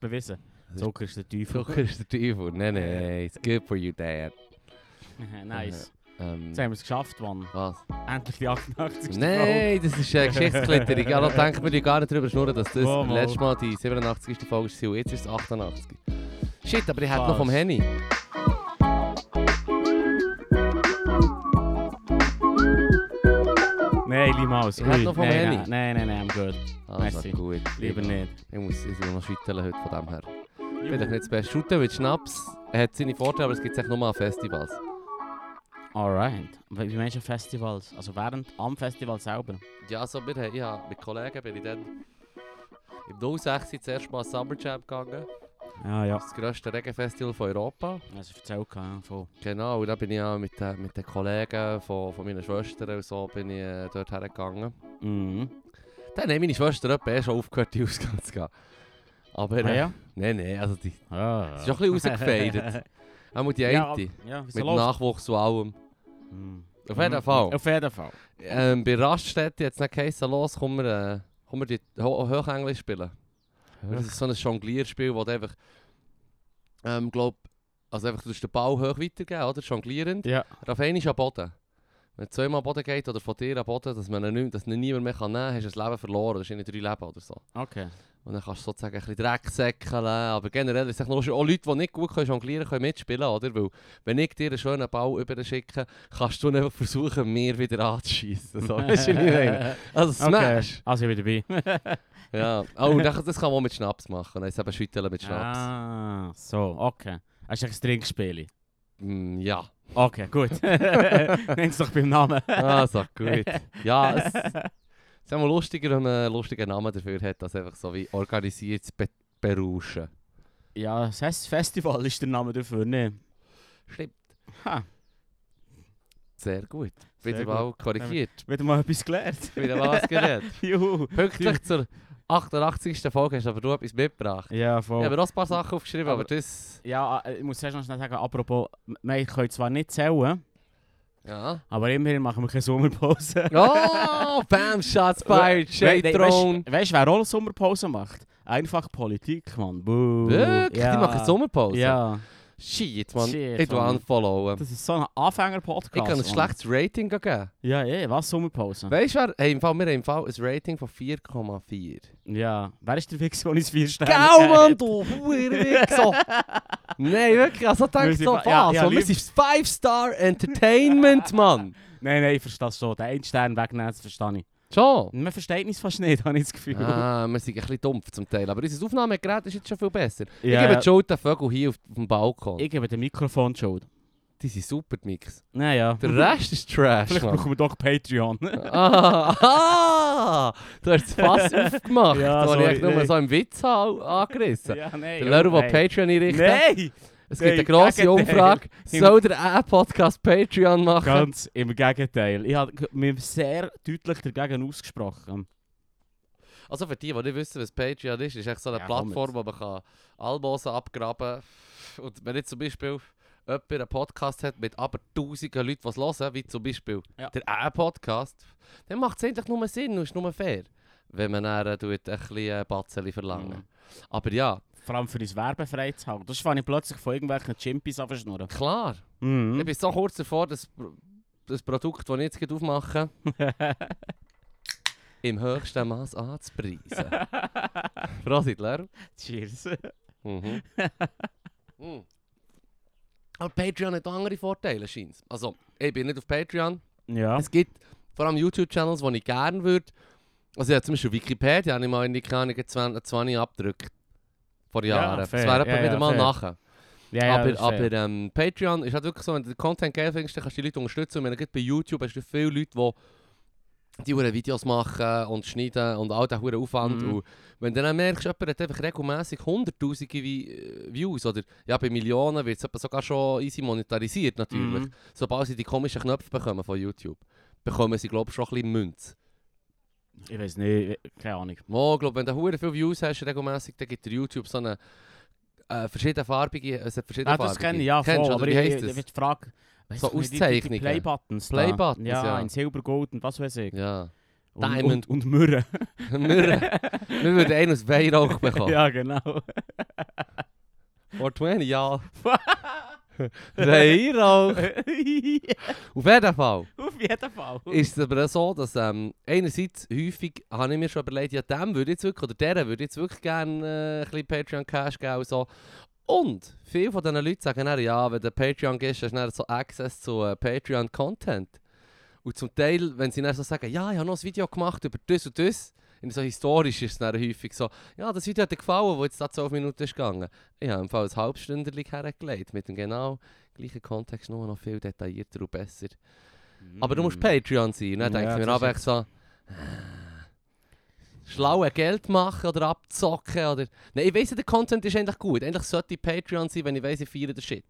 bewiesen. Zucker ist der Teufel. Zucker ist der Teufel. Nein, nein, it's good for you, Dad. nice. Ähm, Jetzt haben wir es geschafft, Mann. was? Endlich die 88. Nein, das ist eine Geschichtsklitterung. Ja, da denken wir ja gar nicht drüber schnurren, dass das Mal, mal. letztes Mal die 87. Folge war. und Jetzt ist es 88. Shit, aber ich hätte Was? noch vom Henny. Folge. Nein, niemals. Ich hätte Ui, noch vom nein, Henny. Nein, nein, nein, I'm good. Also Merci. gut. Lieber nicht. Ich muss, ich muss noch schütteln heute von dem her. Ich bin doch nicht das Beste. Schütteln mit Schnaps hat seine Vorteile, aber es gibt es echt nur an Festivals. Alright. Wie wie meinst du Festivals? Also während am Festival selber? Ja, so wir haben, ja, mit Kollegen bin ich dann im 06 das erste Mal Summer Jam gegangen. Ja, ja. Das grösste Regenfestival von Europa. Das ist erzählt, ja, voll. Genau, und da bin ich ja mit, den- mit den Kollegen von, von meinen Schwestern und so bin ich äh, dort hergegangen. Mm-hmm. Mhm. Dann haben meine Schwester etwa erst aufgehört, die Ausgang zu gehen. Aber, Ah, äh, ja? nein, nein, also die, Ja. es ist schon ein bisschen rausgefeiert. Auch die eine, Ja, ab- ja, wieso mit läuft? Nachwuchs und allem. Mhm. Auf jeden Fall. Auf jeden Fall. Ähm, bei Raststätte hat es nicht geheißen, los, kommen wir, äh, komm wir die Ho Hochenglisch spielen. Das ist so ein Jonglierspiel, wo du einfach, ähm, glaub, also einfach, du tust den Ball hoch weitergeben, oder? Jonglierend. Ja. Aber Auf einmal am Boden. Wenn zweimal am Boden geht oder von dir am Boden, dass man ihn nicht, dass ihn niemand mehr kann nehmen kann, hast du ein Leben verloren. dus Das sind drei Leben oder so. Okay. Und dann kannst du sozusagen ein bisschen Dreck säckeln. Aber generell ist es echt oh, noch lustig. Auch Leute, die nicht gut können jonglieren können mitspielen, oder? Weil, wenn ich dir einen schönen Ball überschicke, kannst du einfach versuchen, mir wieder anzuschießen. So, weißt du, was ich meine? Also, Smash! Also ich bin dabei. Ja. Oh, und das das kann man auch mit Schnaps machen. Dann ist eben Schütteln mit Schnaps. Ah, so, okay. Hast du ein Trinkspiel? Mm, ja. Okay, gut. Nenn es doch beim Namen. Also, gut. Ja, es es ist immer lustiger, wenn man einen lustigen Namen dafür hat, als einfach so wie organisiertes Be Berauschen. Ja, das heißt Festival ist der Name dafür, ne? Stimmt. Ha, Sehr gut. Sehr Wieder gut. mal korrigiert. wieder mal etwas gelernt. Wieder mal was geredet. Juhu. Pünktlich zur 88. Folge hast aber du etwas mitgebracht. Ja, Ich voll. habe mir auch ein paar Sachen aufgeschrieben, aber, Oh. Aber- das... Ja, äh, ich muss zuerst noch schnell sagen, apropos, m- wir können zwar nicht zählen, Ja. aber immerhin machen wir keine Sommerpause. Oh, bam, shots fired, Shade Throne. Weißt du, wer auch Sommerpause macht? Einfach Politik, Mann. Buh. Wirklich? Die machen Sommerpause? Ja, Shit, man. Shit, ich will Mann. unfollowen. das ist so ein Anfänger-Podcast. Ich kann ein Mann. schlechtes Rating geben. Ja, ja, was Sommerpause? Weißt du, wer- hey, im Fall, wir haben im Fall ein Rating von 4,4. Ja, wer ist der Wichs, der uns vier Sterne Gau, Mann, gegeben du Hurenwichser! Nein, wirklich, also Wir denk sind so fa- ja, was. ja, Ja, lieb- das ist 5-Star Entertainment, Mann! hat? Nein, nein, ich verstehe es schon. Den einen Stern wegnehmen, das verstehe ich. Schon? Man versteht uns fast nicht, habe ich das Gefühl. Ah, wir sind ein bisschen dumpf zum Teil, aber unser Aufnahmegerät ist jetzt schon viel besser. Ja, Ich gebe ja. die Schuld den Vögel hier auf, auf dem Balkon. Ich gebe dem Mikrofon die Schuld. Die sind super, die Mix. Naja. Der Rest ist Trash, Vielleicht Mann. brauchen wir doch Patreon. Ah, ah, du hast das Fass aufgemacht, Ja, ja, wo ich sorry, eigentlich nur nein. so im Witz habe angerissen. ja, nein. Der Leru, der nein. Patreon einrichten, Nein! es gibt eine nein, grosse Gegenteil. Umfrage, soll der A-Podcast Patreon machen? Ganz im Gegenteil. Ich habe mich sehr deutlich dagegen ausgesprochen. Also für die, die nicht wissen, was Patreon ist, ist echt so eine Ja, komm Plattform, wo man kann Almosen abgraben kann. Und wenn jetzt zum Beispiel jemand einen Podcast hat mit aber tausenden Leuten, die es hören, wie zum Beispiel Ja. der A-Podcast, dann macht es eigentlich nur Sinn und ist nur fair, wenn man dann äh, tut ein bisschen äh, Batzeli verlangen. Mhm. Aber ja, Vor allem für uns werbefrei zu halten. Das fange ich plötzlich von irgendwelchen Chimpies an verschnurren. klar. Ich Mhm. bin so kurz davor, dass das Produkt, das ich jetzt gerade aufmache, im höchsten Maß anzupreisen. Prosit, Lärm. Cheers. Mhm. mm. Mhm. Aber Patreon hat auch andere Vorteile, scheint Also, ich bin nicht auf Patreon. Ja. Es gibt vor allem YouTube-Channels, die ich gerne würde. Also, ja, zum Beispiel Wikipedia habe ich mal in die Kleine 20, 20 abgedrückt. Vor Ja, Jahren. das fair. wäre aber Ja, ja, wieder mal fair. nachher. ja, ja, aber das ist fair. aber ähm, Patreon ist halt wirklich so, wenn du den Content geil findest, dann kannst du die Leute unterstützen. Und wenn du gerade bei YouTube hast du viele Leute, die die huren Videos machen und schneiden und all diesen huren Aufwand. Mhm. Und wenn du dann merkst, jemand hat einfach regelmässig hunderttausende Vi- äh, Views oder ja, bei Millionen wird es sogar schon easy monetarisiert natürlich. Mhm. Sobald sie die komischen Knöpfe bekommen von YouTube, bekommen sie glaube ich schon ein bisschen Münze. Ich weiß nicht, keine Ahnung. Mo, glaub, wenn du huren viele Views hast regelmässig, dann gibt dir YouTube so eine äh, verschiedenfarbige, es hat Ah, verschiedenfarbige. das kenne ich, ja, voll. Kennst du, oder aber wie ich, heisst ich, das? ich, ich frage, So Play Auszeichnungen. Playbuttons. da. Playbuttons, ja, ja. in Silber, Gold und was weiß ich. Ja. Und, Diamond. Und, und Mürre. wir, wir würden einen aus Weihrauch bekommen. Ja, genau. 420, ja. Weihrauch. Auf jeden Fall Auf jeden Fall. ist es aber auch so, dass ähm, einerseits häufig habe ich mir schon überlegt, ja dem würde ich jetzt wirklich, oder deren würde ich jetzt wirklich gerne äh, ein bisschen Patreon Cash geben und so. Und viele von diesen Leuten sagen dann, ja, wenn du Patreon gehst, hast du dann so Access zu äh, Patreon Content. Und zum Teil, wenn sie dann so sagen, ja, ich habe noch ein Video gemacht über das und das, in so historisch ist es dann häufig so, ja, das Video hat dir gefallen, wo jetzt da 12 Minuten ist gegangen. Ich habe im Fall ein halbstünderlich hergelegt, mit dem genau gleichen Kontext, nur noch viel detaillierter und besser. Aber du Mm. musst Patreon sein. ne? Dann Ja, denke ich mir das aber ist echt so... äh, Schlaue Geld machen oder abzocken oder... Nein, ich weiss ja, der Content ist eigentlich gut. Eigentlich sollte ich Patreon sein, wenn ich weiss, ich feiere den Shit.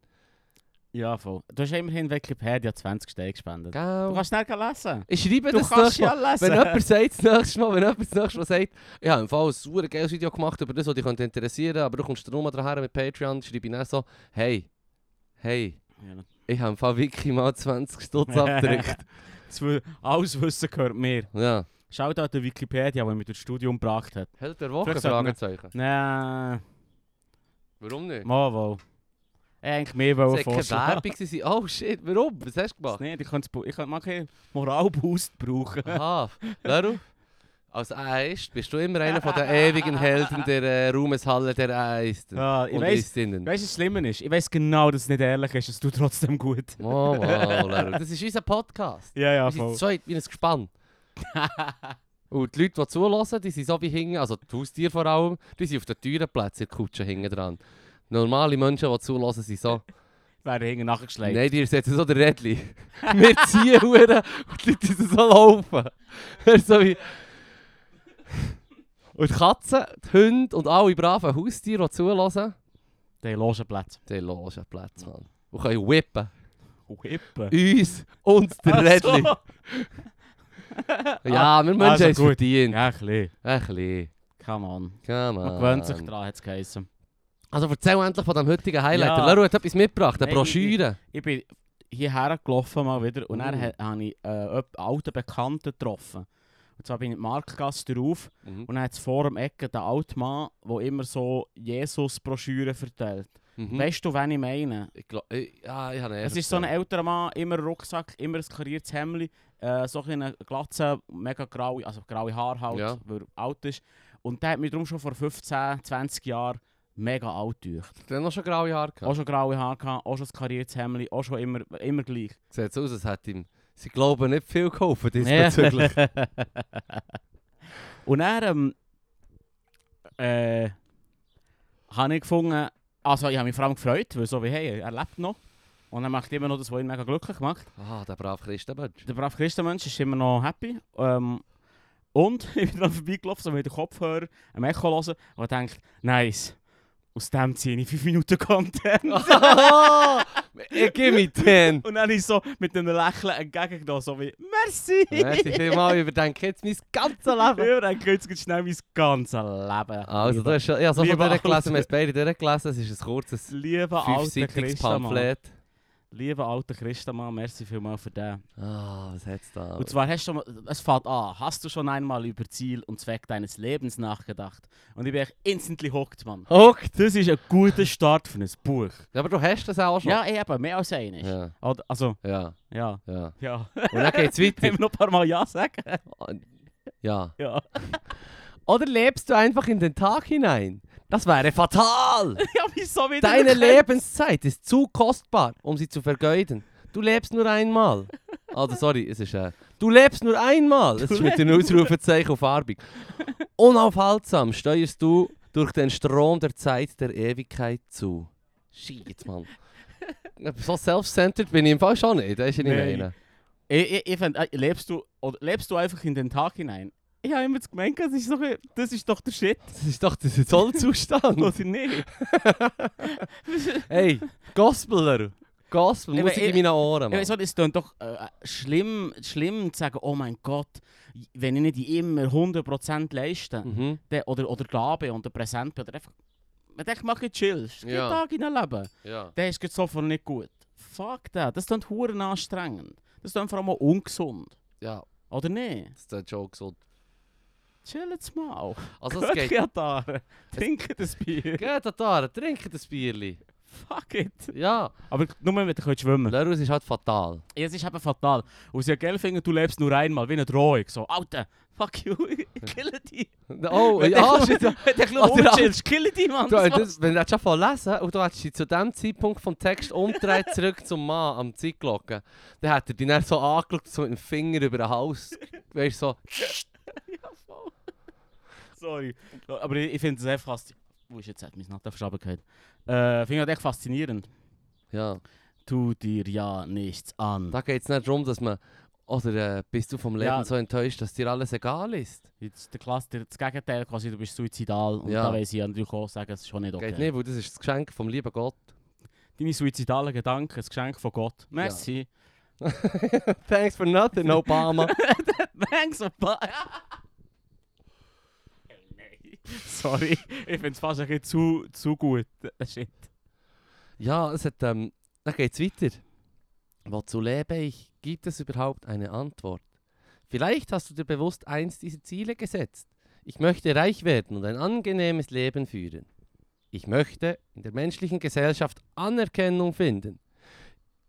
Ja, voll. Du hast immerhin Wikipedia 20 Steine gespendet. Du Gell? kannst schnell lesen. Ich schreibe Du das kannst nächste ja Mal. lesen. Wenn jemand sagt, das nächste Mal, wenn jemand das nächste Mal sagt, ich habe im Fall ein super geiles Video gemacht über das, was dich könnte interessieren, aber du kommst nur mal daher mit Patreon, schreibe ich dann so, hey, hey, Ja, natürlich. ich habe im Fall wirklich mal 20 Stutz abgedrückt. Das will- Alles Wissen gehört mir. ja. Schaut an der Wikipedia, die mich durchs Studium gebracht hat. Hält der Woche? Vielleicht sollte man- Fragezeichen. Nein, Warum nicht? mal wohl. Ich eigentlich mehr wollen Es war keine Werbung. sie sind- Oh shit, warum? Was hast du Das gemacht? Nicht, ich könnte es- ich könnte mal einen Moralboost brauchen. Aha, warum? Als Eist bist du immer einer von den ewigen Helden der äh, Ruhmeshalle der Eisten. Ja, ich Und weiss, Eistinnen. weißt du, was schlimmer ist? Ich weiss genau, dass es nicht ehrlich ist, es tut dus trotzdem gut. Oh, wow, Lero. Das ist unser Podcast. Ja, ja, Wir sind voll. zweit wie ein Gespann. Und die Leute, die zulassen, die sind so wie hinten, also die Haustiere vor allem, die sind auf den teuren Plätzen in der Kutsche hinten dran. Normale Menschen, die zulassen, sind so... Wäre hinten nachgeschlagen. Nein, dir setzen so der Rädli. Wir ziehen Huren und die Leute müssen so laufen. Er so wie... Und die Katzen, die Hunde und alle braven Haustiere, die zulassen, Der Logenplatz. die logen Platz, Mann. Und können whippen. Wippen. Uns und Ah, der Rädli. Ja, wir Menschen also haben es gut. verdient. Ah, Ja, ein bisschen. Ein bisschen. Come on. Come Man on. gewöhnt sich dran, hat es geheißen. Also erzähl endlich von dem heutigen Highlight. Ja. Ja. Leru hat etwas mitgebracht, eine Nein, Broschüre. Ich bin hierher gelaufen mal wieder und dann Mhm. he- habe ich äh, einen alten Bekannten getroffen. Und zwar bin ich in die Marktgasse drauf Mhm. und dann hat es vor dem Ecken den alten Mann, der immer so Jesus-Broschüren verteilt. Mhm. Weißt du, wen ich meine? Ich glaub, ich, ja, ich habe Es ist so ein älterer Mann, immer Rucksack, immer ein kariertes Hemd, äh, so eine glatze, mega graue, also graue Haare halt, Ja. weil er alt ist. Und der hat mich darum schon vor 15, 20 Jahren mega alt gedacht. Dann noch schon graue Haare gehabt. Auch schon graue Haare, gehabt, auch schon ein kariertes Hemd, auch schon immer, immer gleich. Sieht aus, als hätte ihm... Sie glauben nicht viel geholfen Ja. diesbezüglich. Und dann ähm, äh, habe ich gefunden, also ich habe mich vor allem gefreut, weil so wie hey, er lebt noch. Und er macht immer noch das, was ihn mega glücklich macht. Ah, der brave Christenmensch. Der brave Christenmensch ist immer noch happy. Ähm, und ich bin dann vorbeigelaufen, so mit dem Kopfhörer, einem Echo hören und denkt, nice, aus dem ziehe ich 5 Minuten Content. Ich gebe mir den. Und dann habe ich so mit einem Lächeln entgegengenommen, so wie, merci! Merci vielmals, ich überdenke jetzt mein ganzes Leben. Ja, dann geht es schnell mein ganzes Leben. Also, lieber, du hast schon, ja, so von Lieber durchgelesen, Alter. wir haben es beide durchgelesen. Es ist ein kurzes, lieber alter fünfseitiges Christenmann. Pamphlet. Lieber alter Christenmann, merci vielmals für den. Ah, was hat's da? Und zwar hast du schon, es fängt an, hast du schon einmal über Ziel und Zweck deines Lebens nachgedacht? Und ich bin echt instantly hooked, Mann. Huckt! Das ist ein guter Start für ein Buch. Ja, aber du hast das auch schon. Ja, eben, mehr als eines. Ja, Oder- Also, ja, ja. ja. Ja. Und dann geht's weiter. Können wir noch ein paar Mal Ja sagen? Ja. Ja. Oder lebst du einfach in den Tag hinein? Das wäre fatal! Ja, wieso wieder? Deine Lebenszeit ist zu kostbar, um sie zu vergeuden. Du lebst nur einmal. Also, sorry, es ist. Äh, du lebst nur einmal. Es ist mit den Ausrufezeichen auf Farbig. Unaufhaltsam steuerst du durch den Strom der Zeit der Ewigkeit zu. Shit, Mann. So self-centered bin ich im Fall schon nicht. Das ist ja nicht Nein. meine. Ich, ich, ich fand, äh, lebst, du, oder lebst du einfach in den Tag hinein? Ich habe immer das gemeint, das ist, so, ein- das ist doch der Shit, Das ist doch der Sollzustand. oder nicht? hey, Gospeler. Gospel, Ich Musik mein, in meinen Ohren. Ich Mann. weiss auch, es klingt doch äh, schlimm, schlimm zu sagen, oh mein Gott, wenn ich nicht immer 100% leiste Mhm. dann- oder, oder Gabe und präsent bin, oder einfach, man denkt, mach ich chill, es gibt Ja. Tage in deinem Leben, Ja. dann ist es sofort nicht gut. Fuck that, das klingt verdammt anstrengend. Das klingt vor allem auch ungesund, ja. Oder nicht? Das ist schon gesund. Chillt mal. Also es geht... Köchataren. Trinken das Bier. Geht an Tara, trinkt das Bierli. Fuck it. Ja. Aber nur wenn du schwimmen könnt. Lerus ist halt fatal. Es ist eben fatal. Und sie geil finden, du lebst nur einmal, wie eine Drohung. So, Alter, fuck you, ich kille dich. Oh, Wenn ja, du- shit. ja. Wenn du ein bisschen Alter, rumchillst, kille dich, Mann. Du, So. das, wenn du hättest angefangen lesen und du hättest dich zu dem Zeitpunkt vom Text umgedreht zurück zum Mann am Zeitglocken, dann hätte er dich dann so angeschaut, so mit dem Finger über den Hals. Weißt du, so, Sorry. Aber ich, ich finde es echt faszinierend. Wo ist jetzt hat mein Natter verschaben Äh, Ich finde das echt faszinierend. ja. Tu dir ja nichts an. Da geht es nicht darum, dass man. Oder äh, bist du vom Leben Ja. so enttäuscht, dass dir alles egal ist? Jetzt der Klasse, der- das Gegenteil quasi, du bist suizidal. Und Ja. da weiss ich natürlich auch sagen, es ist schon nicht okay. Geht nicht, weil das ist das Geschenk vom lieben Gott. Deine suizidalen Gedanken, das Geschenk von Gott. Merci. Thanks for nothing, Obama. Thanks, Opa. Nein. Sorry, ich finde es fast ein bisschen zu, zu gut. Äh, Shit. ja, es hat. Ähm, dann geht's weiter. Wozu lebe ich? Gibt es überhaupt eine Antwort? Vielleicht hast du dir bewusst eins dieser Ziele gesetzt. Ich möchte reich werden und ein angenehmes Leben führen. Ich möchte in der menschlichen Gesellschaft Anerkennung finden.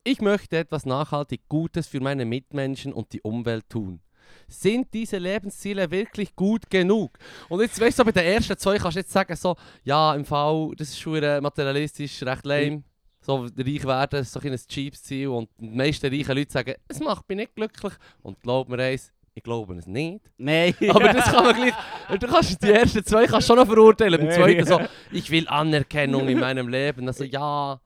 Ich möchte etwas nachhaltig Gutes für meine Mitmenschen und die Umwelt tun. Sind diese Lebensziele wirklich gut genug? Und jetzt weißt du, bei den ersten zwei kannst du jetzt sagen, so, ja, im Fall, das ist schon äh, materialistisch, recht lame. So, reich werden ist so ein kleines cheapes Ziel und die meisten reichen Leute sagen, es macht mich nicht glücklich. Und glaub mir eins, ich glaube es nicht. Nein. Aber das kann man gleich. Du kannst die ersten zwei kannst schon noch verurteilen. Im Nee. zweiten so, ich will Anerkennung in meinem Leben. Also ja.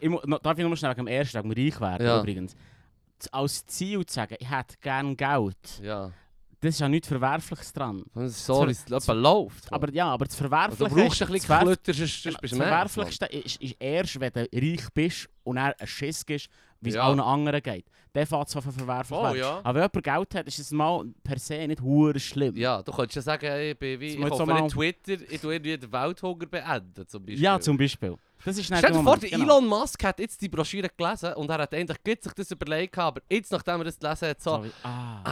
Ich mu- no- darf ich nur schnell am ersten Tag reich werden Ja. übrigens. Z- Als Ziel zu sagen, ich hätte gerne Geld, Ja. das ist ja nichts Verwerfliches dran. Das ist so, wie es etwa läuft. Aber ja, aber das also, Verwerfliche du brauchst ein bisschen das Ver- Geflütter, sonst sonst bist das du mehr. Verwerflichste ist, ist erst, wenn du reich bist und er ein Schiss ist, wie es Ja. allen anderen geht. Dann fängt es an zu verwerflich Oh, werden. ja. Aber wenn jemand Geld hat, ist es mal per se nicht hure schlimm. Ja, du könntest ja sagen, ey, ich bin wie, Jetzt ich mal kaufe so mal- nicht Twitter, ich tue irgendwie den Welthunger beenden zum Beispiel. Ja, zum Beispiel. Das ist nicht Stell der dir vor, Moment, der genau. Elon Musk hat jetzt die Broschüre gelesen und er hat endlich gut sich das überlegt, gehabt, aber jetzt, nachdem er das gelesen hat, so, Sorry. Ah.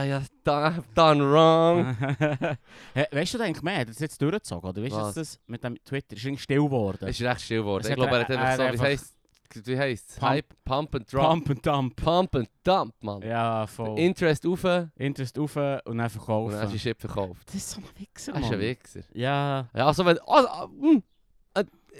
ah, ja, done, done wrong. Hä, weißt du, denke mehr, hat er das jetzt durchgezogen, oder? Weißt du, Was? dass das mit dem Twitter ist irgendwie still geworden? Es ist recht still geworden. Es Ich hat glaube, er hat er- einfach er so, wie einfach- heisst wie heisst's? ah, Pump- Hype, Pump and Drop. Pump, Pump and dump. and Dump, Mann. Ja, voll. Interest rauf und Interest auf und dann dann hast du verkaufen. die Shit verkauft. Das ist so ein Wichser, Er ist ein Wichser. Ja. Ja, also wenn... Also, ah, mm,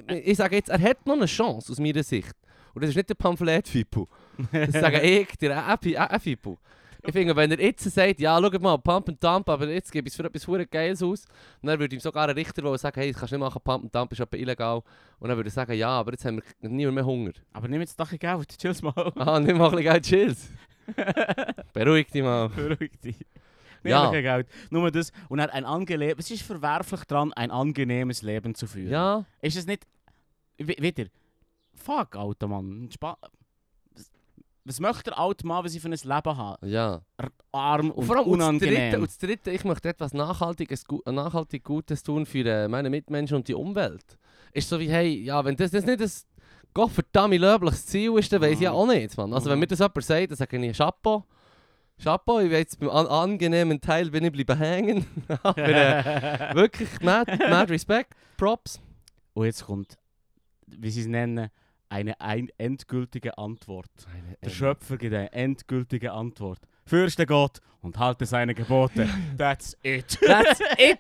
äh, ich sage jetzt, er hat noch eine Chance aus meiner Sicht. Und das ist nicht der Pamphlet-Fipu. Das sage ich, der Effi- äh, Effipu. Ich finde, wenn er jetzt sagt, ja, schau mal, Pump and Dump, aber jetzt gebe ich es für etwas verdammt Geiles aus, und dann würde ihm sogar ein Richter wollen sagen, hey, das kannst du nicht machen, Pump and Dump ist aber illegal. Und dann würde er sagen, ja, aber jetzt haben wir niemand mehr Hunger. Aber nimm jetzt doch ein Geld, chill's mal. Ah, nimm mal ein bisschen Geld, chills. Beruhig dich mal. Beruhig dich. Nimm Ja. ja. kein Geld. Nur das. Und dann ein angenehm... Es ist verwerflich dran, ein angenehmes Leben zu führen. Ja, Ist es nicht... Wi- Wieder. Fuck, alter Mann. Spa was, was möchte der alte Mann, was ich für ein Leben habe? ja. R- Arm und, Und, vor allem und das, unangenehm. dritte, und das Dritte, ich möchte etwas Nachhaltiges, Gu- äh, nachhaltig Gutes tun für äh, meine Mitmenschen und die Umwelt. Ist so wie, hey, ja, wenn das, das nicht ein gottverdammt löbliches Ziel ist, dann weiß ich ja Mhm. auch nicht, Mann. Also wenn Mhm. mir das jemand sagt, dann sage ich Chapeau. Chapeau, ich bin jetzt beim an angenehmen Teil bin ich bleiben hängen. aber, äh, wirklich, mad, mad Respect, Props. und jetzt kommt, wie sie es nennen, eine ein endgültige Antwort. Äh, Genau. Der Schöpfer gibt eine endgültige Antwort. Fürchte Gott und halte seine Gebote. That's it. That's it!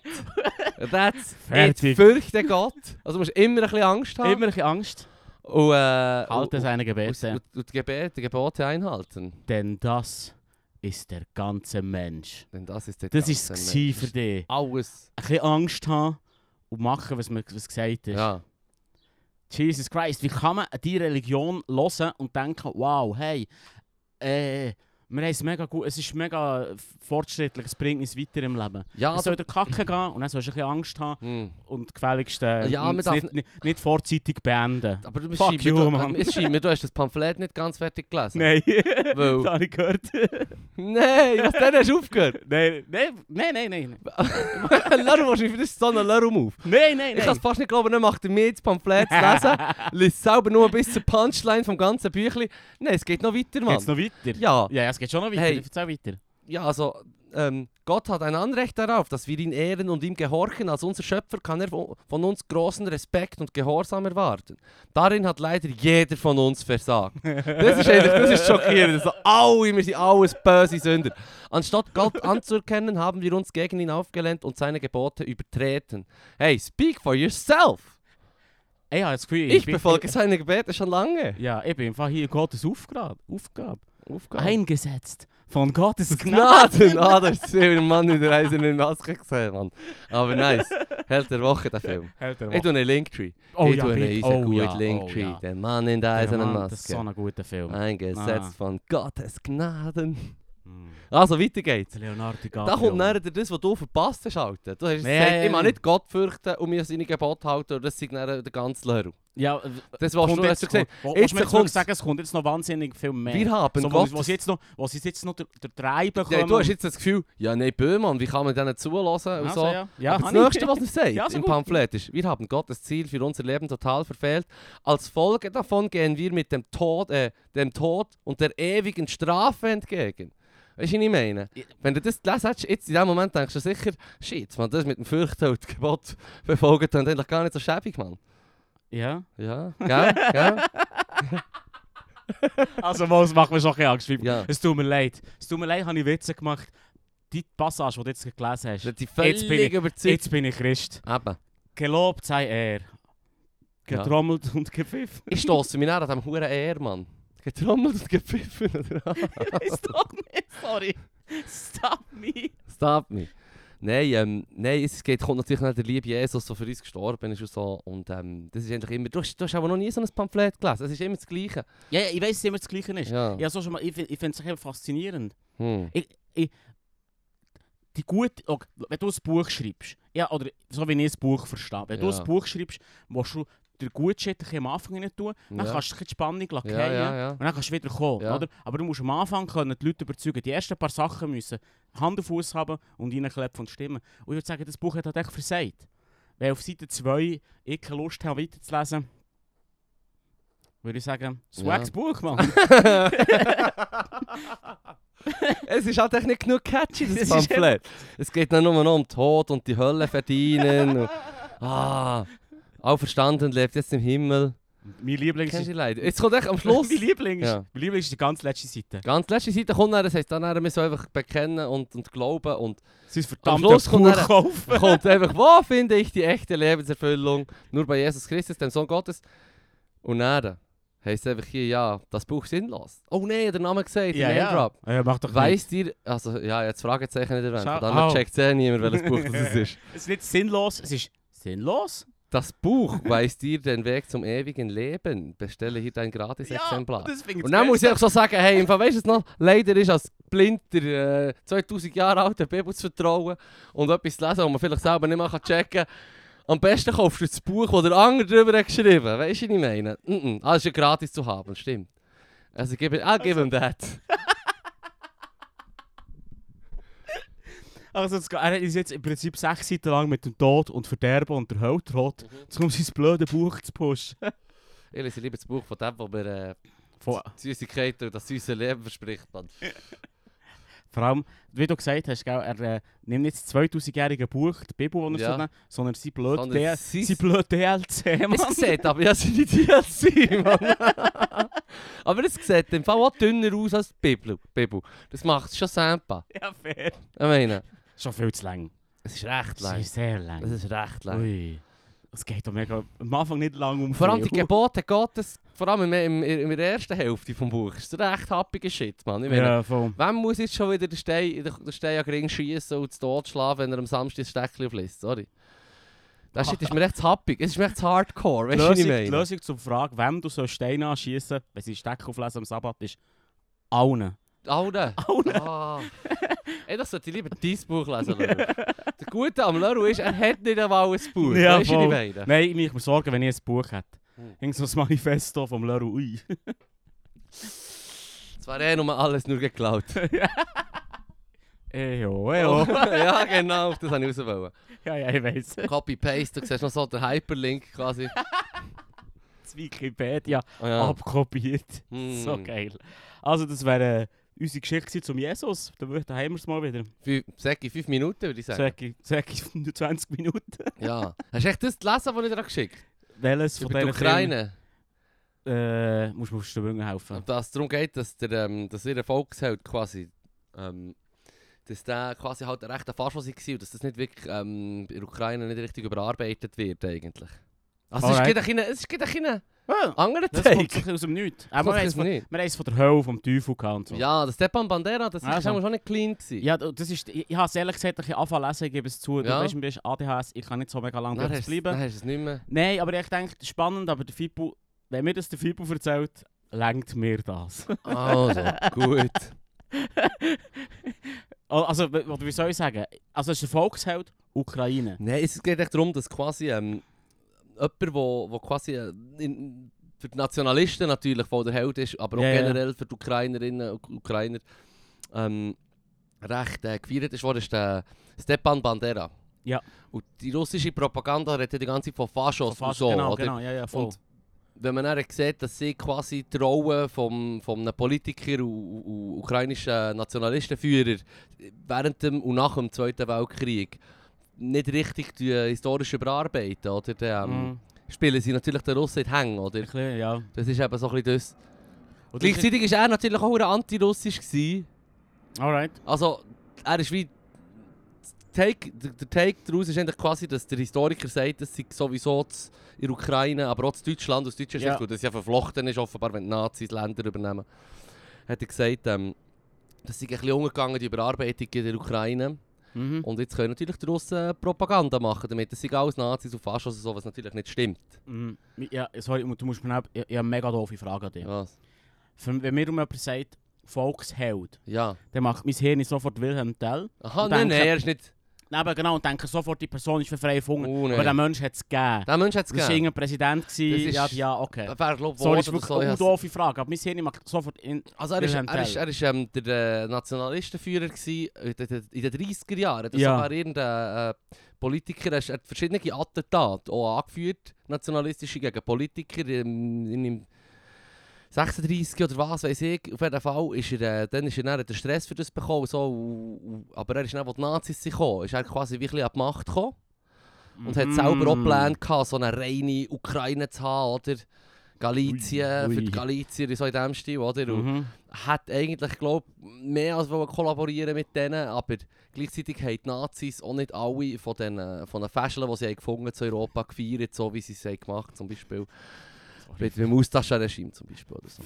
That's Fertig. it! Fürchte Gott! Also du musst immer ein bisschen Angst haben. Immer ein bisschen Angst. Und, äh, Halte seine Gebete. und, und, und die Gebete, die Gebote einhalten. denn das ist der ganze Mensch. Denn das ist der Das ganze ist es gewesen für Mensch. dich. Alles. Ein bisschen Angst haben und machen, was, man, was gesagt ist. Ja. Jesus Christ, wie kann man die Religion hören und denken, wow, hey, äh, wir haben es mega gut, es ist mega fortschrittlich, es bringt uns weiter im Leben. Ja, Es aber, soll der Kacke gehen und dann sollst du ein bisschen Angst haben hm. und gefälligst äh, Ja, man es darf nicht, nicht, nicht vorzeitig beenden. aber du, Fuck scheint you, mir, du, Mann. es scheint mir, du hast das Pamphlet nicht ganz fertig gelesen. Nein, Weil- das habe ich gehört. Nein, was denn hast du aufgehört? nein, nein, nein, nein, nein, Lörr, was ist das so ein Lörr-Move? nein, nein, Ich kann es nein. fast nicht glauben, er macht mir das Pamphlet zu lesen, liest selber nur bis zur Punchline vom ganzen Büchlein. Nein, es geht noch weiter, Mann. Geht's noch weiter? Ja. Ja, es geht schon noch weiter. Hey. Hey. Erzähl weiter. ja, also ähm, Gott hat ein Anrecht darauf, dass wir ihn ehren und ihm gehorchen. Als unser Schöpfer kann er von von uns großen Respekt und Gehorsam erwarten. Darin hat leider jeder von uns versagt. Das ist eigentlich das ist schockierend. Also, alle, wir sind alles böse Sünder. Anstatt Gott anzuerkennen, haben wir uns gegen ihn aufgelehnt und seine Gebote übertreten. Hey, speak for yourself! Ich habe das Gefühl, Ich befolge seine Gebete schon lange. Ja, ich bin einfach hier Gottes Aufgabe. Aufgabe. Aufgabe. Eingesetzt von Gottes Gnade. Gnaden! Ah, das ist ein Mann mit der eisernen Maske gesehen, Mann. Aber Ah, nice. Held der Woche, der Film. Ich tue einen Linktree. Oh, ich ja, tue einen bitte. riesen Oh, guten ja, oh, Linktree. ja. Der Mann in der Der eisernen Mann, Das ist so Maske. ein guter Film. Eingesetzt Ah. von Gottes Gnaden. Hm. Also, weiter geht's. Der Leonardo DiCaprio. Da kommt nachher das, was du verpasst hast. Alter. Du hast Nee, gesagt, ja, ich mag ja. nicht Gott fürchten und mir seine Gebote halten. Und das sei nachher der ganze Lehrer. Ja, Das was du, hast du gesagt. Jetzt jetzt kommt kommt's. sagen, es kommt jetzt noch wahnsinnig viel mehr. Wir haben so, wo, Gottes... wo sie jetzt noch, wo sie jetzt noch der, der Treiben Nee, kommen. du hast jetzt das Gefühl, ja nein, Böhmann, wie kann man denen zulassen und also, so. ja. Ja, Aber habe das ich. Nächste, was er sagt Ja, so im gut. Pamphlet ist, wir haben Gottes Ziel für unser Leben total verfehlt. Als Folge davon gehen wir mit dem Tod, äh, dem Tod und der ewigen Strafe entgegen. Weißt du, was ich meine? Ja. Wenn du das gelesen hättest, jetzt in dem Moment denkst du sicher, shit, man, das mit dem Fürchten und Gebot befolgen, dann eigentlich gar nicht so schäbig, Mann. Ja. Ja, gell, gell? Also, was macht mir schon ein bisschen Angst. Philipp. Ja. Es tut mir leid. Es tut mir leid, habe ich Witze gemacht. Die Passage, die du jetzt gelesen hast. Die Jetzt bin ich- völlig überzeugt. Jetzt bin ich Christ. Eben. Gelobt sei er. Getrommelt und gepfiffen. Ich stosse mich näher an diesem Huren Ehr, Mann. Getrommelt und gepfiffen. oder? Ist doch nicht, sorry. Stop me. Stop me. Nein, ähm, nein, es geht, kommt natürlich nach der liebe Jesus, der für uns gestorben ist und so. Und ähm, das ist eigentlich immer... Du hast, du hast aber noch nie so ein Pamphlet gelesen. Es ist immer das Gleiche. Ja, ja, ich weiß, dass es immer das Gleiche ist. Ja. Ja, so schon mal, ich, fin- ich finde es echt faszinierend. Hm. Die gute, ok, wenn du ein Buch schreibst, ja, oder so wie ich ein Buch verstehe, wenn du Ja. ein Buch schreibst, musst du den guten Shit ein bisschen am Anfang rein tun, dann Ja. kannst du ein bisschen die Spannung lassen. Ja, fallen. ja, ja. Und dann kannst du wieder kommen, Ja. oder? Aber du musst am Anfang können die Leute überzeugen. Die ersten paar Sachen müssen Hand und Fuß haben und reinkleppen und stimmen. Und ich würde sagen, das Buch hat halt echt versagt. Weil auf Seite 2 ich keine Lust habe, weiterzulesen, würde ich sagen, swags Ja. Buch, Mann. es ist halt echt nicht genug catchy, Es das ist Pamphlet. Es geht dann nur noch um Tod und die Hölle verdienen. und, ah, auferstanden lebt jetzt im Himmel. mein Lieblings Kennst du die Leute? Jetzt kommt echt am Schluss... mein Liebling ist, Ja. mein Liebling ist die ganz letzte Seite. Ganz letzte Seite kommt dann, das heisst, dann müssen wir so einfach bekennen und, und glauben und Sie ist verdammt Schluss kommt Buch dann- kaufen. kommt einfach, wo finde ich die echte Lebenserfüllung? Nur bei Jesus Christus, dem Sohn Gottes. Und dann heisst es einfach hier, ja, das Buch sinnlos. Oh nein, der Name gesagt, Ja, der Name ja. Drop. ja. Mach doch nicht. Weißt ihr, also ja, jetzt Fragezeichen nicht erwähnt, Schau- von dann au. checkt eh niemand, welches Buch das es ist. Es ist nicht sinnlos, es ist sinnlos. Das Buch weist dir den Weg zum ewigen Leben. Bestelle hier dein Gratis-Exemplar. das finde ich Und das dann muss ich Beste. auch so sagen, hey, im Fall, weißt du es noch, leider ist als blinder äh, 2000 Jahre alter Bibel zu vertrauen und etwas zu lesen, was man vielleicht selber nicht mal kann checken kann. Am besten kaufst du das Buch, das der andere drüber hat geschrieben hat. Weißt du, was ich meine? Mm -mm. Ah, ist ja gratis zu haben, stimmt. Also, gib, I'll ah, give him that. Also, es- er ist jetzt im Prinzip sechs Seiten lang mit dem Tod und Verderben und der Hölle droht. Mhm. Jetzt kommt sein blödes Buch zu pushen. Ich lese lieber das Buch von dem, wo mir äh, Vor, die Süßigkeit und das süße Leben verspricht. Mann. vor allem, wie du gesagt hast, gell, er äh, nimmt nicht das 2000-jährige Buch, die Bibel, die er Ja. so nimmt, sondern sein blödes Sondern DL sein- sein blöd DLC, Mann. Es sieht aber ja seine DLC, Mann. aber es sieht im Fall auch dünner aus als die Bibel. Bibel. Das macht es schon sympa. Ja, fair. Ich meine, Schon viel zu lang. es ist recht Sie lang. ist sehr Es lang. ist recht lang. Ui. Es geht doch mega, am Anfang nicht lang um Vor allem die viel. Gebote Gottes, vor allem in, in, in der ersten Hälfte vom Buch, ist recht happiger Shit, Mann. Ich meine, Ja, voll. wem muss jetzt schon wieder der Stein, der, der Stein an den Ring schießen und zu Tod schlagen, wenn er am Samstag das Steckchen auflässt? Sorry. Das Shit ist mir echt zu happig, es ist mir echt zu hardcore, weißt du, was Lösung, ich die meine? Lösung zur Frage, wem du so Steine anschießen wenn sie Steck auflesen am Sabbat, ist allen. Alter! Allen. Ah. Ey, das sollte ich lieber dein Buch lesen, Leru. Der Gute am Leru ist, er hat nicht einmal ein Buch, Ja, weißt du, was ich voll. meine? Nein, ich mache mir Sorgen, wenn ich ein Buch hätte. Hm. Irgend so ein Manifesto vom Leroy. Ui. Es war eh nur alles nur geklaut. Ejo, ejo. ja, genau, auf das habe ich Oh. rausgehauen. Ja, ja, ich weiss. Copy-Paste, du siehst noch so den Hyperlink quasi. Das Wikipedia Oh ja. Ah, abkopiert. Mm. Hm. So geil. Also, das wäre unsere Geschichte zum Jesus. Da, wür- da haben wir es mal wieder. Fünf, sag ich, fünf Minuten, würde ich sagen. Sag ich, sag ich 20 Minuten. Ja. Hast du echt das gelesen, was ich dir geschickt habe? Welches von Über die diesen Ukraine. Filmen, Äh, musst du auf den Wungen helfen. Und dass es darum geht, dass, der, ähm, dass ihr Volksheld quasi, ähm, dass der quasi halt ein rechter Faschos war und dass das nicht wirklich ähm, in der Ukraine nicht richtig überarbeitet wird eigentlich. Also es Alright. gibt ein kleiner- es gibt einen kleinen Ah, anderen das kommt Take. sicher aus dem Nichts. Das Aber Äh, wir haben kommt es jetzt von, nicht. wir haben es von der Hölle, vom Teufel gehabt und so. Ja, das Stepan Bandera, das war Also. schon nicht clean. Gewesen. Ja, du- das ist, ich, ich habe es ehrlich gesagt ein bisschen anfangen zu lesen, ich gebe es zu. Du Ja. weißt, du bist ADHS, ich kann nicht so mega lange dann bei uns hast, du- bleiben. dann hast du es nicht mehr. Nein, aber ich denke, spannend, aber der Fibu, wenn mir das der Fibu erzählt, lenkt mir das. Also, gut. Al- also, w- oder wie soll ich sagen? Also, es ist ein Volksheld, Ukraine. Nein, es geht echt darum, dass quasi ähm, jemand, wo, wo quasi äh, in, für die Nationalisten natürlich voll der Held ist, aber auch Ja, ja. generell für die Ukrainerinnen und Ukrainer ähm, recht äh, gefeiert ist, worden, ist der Stepan Bandera. Ja. Und die russische Propaganda redet die ganze Zeit von Faschos Fast- und so, genau, oder? genau, ja, ja, voll. Und wenn man dann sieht, dass sie quasi die Rolle vom, vom einem Politiker und, und ukrainischen Nationalistenführer während dem und nach dem Zweiten Weltkrieg nicht richtig die historisch überarbeiten, oder? Dann, ähm, Mhm, Spielen sie natürlich den Russen in die Hänge, oder? ein bisschen, ja. Das ist eben so ein bisschen das. Und das ist- Gleichzeitig war er natürlich auch verdammt antirussisch. Gewesen. Alright. Also, er ist wie... Take, der, der Take daraus ist eigentlich quasi, dass der Historiker sagt, dass sie sowieso z- in der Ukraine, aber auch in Deutschland, aus deutscher Ja. Sicht, weil das ja verflochten ist, offenbar, wenn die Nazis Länder übernehmen, hat er gesagt, ähm, dass sie ein bisschen umgegangen die Überarbeitung in der Ukraine. Mhm. Und jetzt können natürlich die Russen äh, Propaganda machen damit, das sind alles Nazis und Faschos und so, was natürlich nicht stimmt. Mhm. Ja, sorry, du musst mir auch- ich, ich habe eine mega doofe Frage an dich. Ja. Für, wenn mir um jemand sagt, Volksheld, ja. dann macht mein Hirn sofort Wilhelm Tell. Aha, Und nein, denken- nein, er ist nicht... Eben genau, und denke sofort, die Person ist für freie Funken. Oh, Aber der nein. Mensch hat es gegeben. Der Mensch hat es Das war gegeben. irgendein Präsident. Das Gewesen. ist- Ja, ja, okay. Er wäre, glaub, Sorry, das ist wirklich geworden oder so, ich eine hab's- doofe Frage, aber mein Hirn macht sofort... In Also er ist, Wilhelm er ist, Tell. er ist ähm, der äh, Nationalistenführer gsi in den in den 30er Jahren. Das Ja. war irgendein äh, Politiker, er ist- er hat verschiedene Attentate auch angeführt, nationalistische gegen Politiker im, in im 36 oder was weiß ich. Auf jeden Fall ist er, äh, dann ist er dann hat er Stress für das bekommen, und so, und- und- aber er ist dann, wo die Nazis sind gekommen, ist er quasi wie ein bisschen an die Macht gekommen und Mhm. hat selber auch geplant, gehabt, so eine reine Ukraine zu haben, oder? Galizien, Ui, für die ui. Galizier, so in dem Stil, oder? Und Mhm. hat eigentlich, glaub, mehr als wollen kollaborieren mit denen, aber gleichzeitig haben die Nazis auch nicht alle von den, von den Fäscheln, die sie haben gefunden zu Europa gefeiert, so wie sie es haben gemacht haben, zum Beispiel Sorry. mit dem Ustascha-Regime zum Beispiel. Oder so.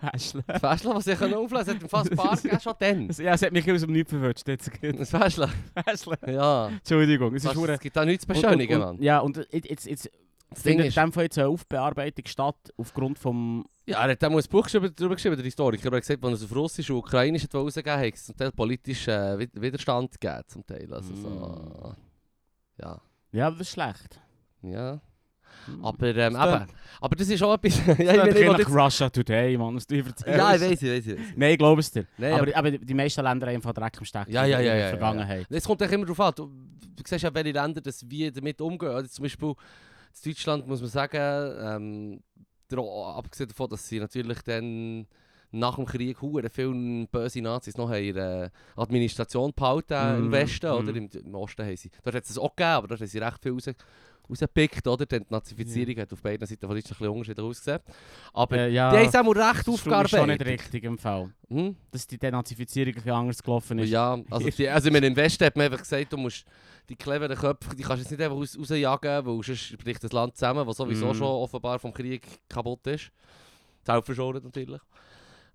Fäschle. Die Fäschler, die sie können auflösen können, fast ein paar gegeben, schon dann. Ja, es hat mich aus dem Nichts verwirrt. Jetzt Ein Fäschler, Fäschle. ja. Entschuldigung, es ist Das hure. es gibt da nichts zu beschönigen, und, und, Mann. Ja, und it- jetzt, jetzt Das Ding findet in ist, dem Fall jetzt eine Aufbearbeitung statt, aufgrund vom... ja, er hat damals ein Buch geschrieben, darüber geschrieben, der Historiker, aber er hat gesagt, wenn er es auf Russisch und Ukrainisch hat rausgegeben hat, hat es zum Teil politischen äh, Wi- Widerstand gegeben, zum Teil. Also so, Mm. ja. Ja, aber das ist schlecht. Ja. Aber, ähm, Stimmt. eben, aber das ist auch etwas. ja, ich Ja, ich will nicht, nach Russia Today, Mann, was du erzählst. ja, ich weiß, ich weiß. ich weiss. Nein, ich glaube es dir. Nein, aber, aber, aber die meisten Länder haben einfach Dreck am Stecken Ja, ja, in ja, der ja, ja, Vergangenheit. es kommt auch immer darauf an. Du, du siehst ja, welche Länder das wie damit umgehen. Also zum Beispiel in Deutschland muss man sagen, ähm, dro- abgesehen davon, dass sie natürlich dann nach dem Krieg hure viele böse Nazis noch haben ihre Administration behalten äh, im Mhm, Westen oder mhm. im, im Osten haben sie. Dort hat es das auch gegeben, aber dort haben sie recht viel raus, rausgepickt, oder? Denn die Nazifizierung hat auf beiden Seiten von Deutschland ein bisschen unterschiedlich ausgesehen. Aber Äh, ja, die haben es auch mal recht das ist für mich schon nicht aufgearbeitet. richtig im Fall. Hm? Dass die Denazifizierung ein bisschen anders gelaufen ist. Ja, also, die, also ich meine, im Westen hat man einfach gesagt, du musst die cleveren Köpfe, die kannst du jetzt nicht einfach raus, rausjagen, weil sonst bricht das Land zusammen, was sowieso Mhm. schon offenbar vom Krieg kaputt ist. Selbstverschuldet natürlich.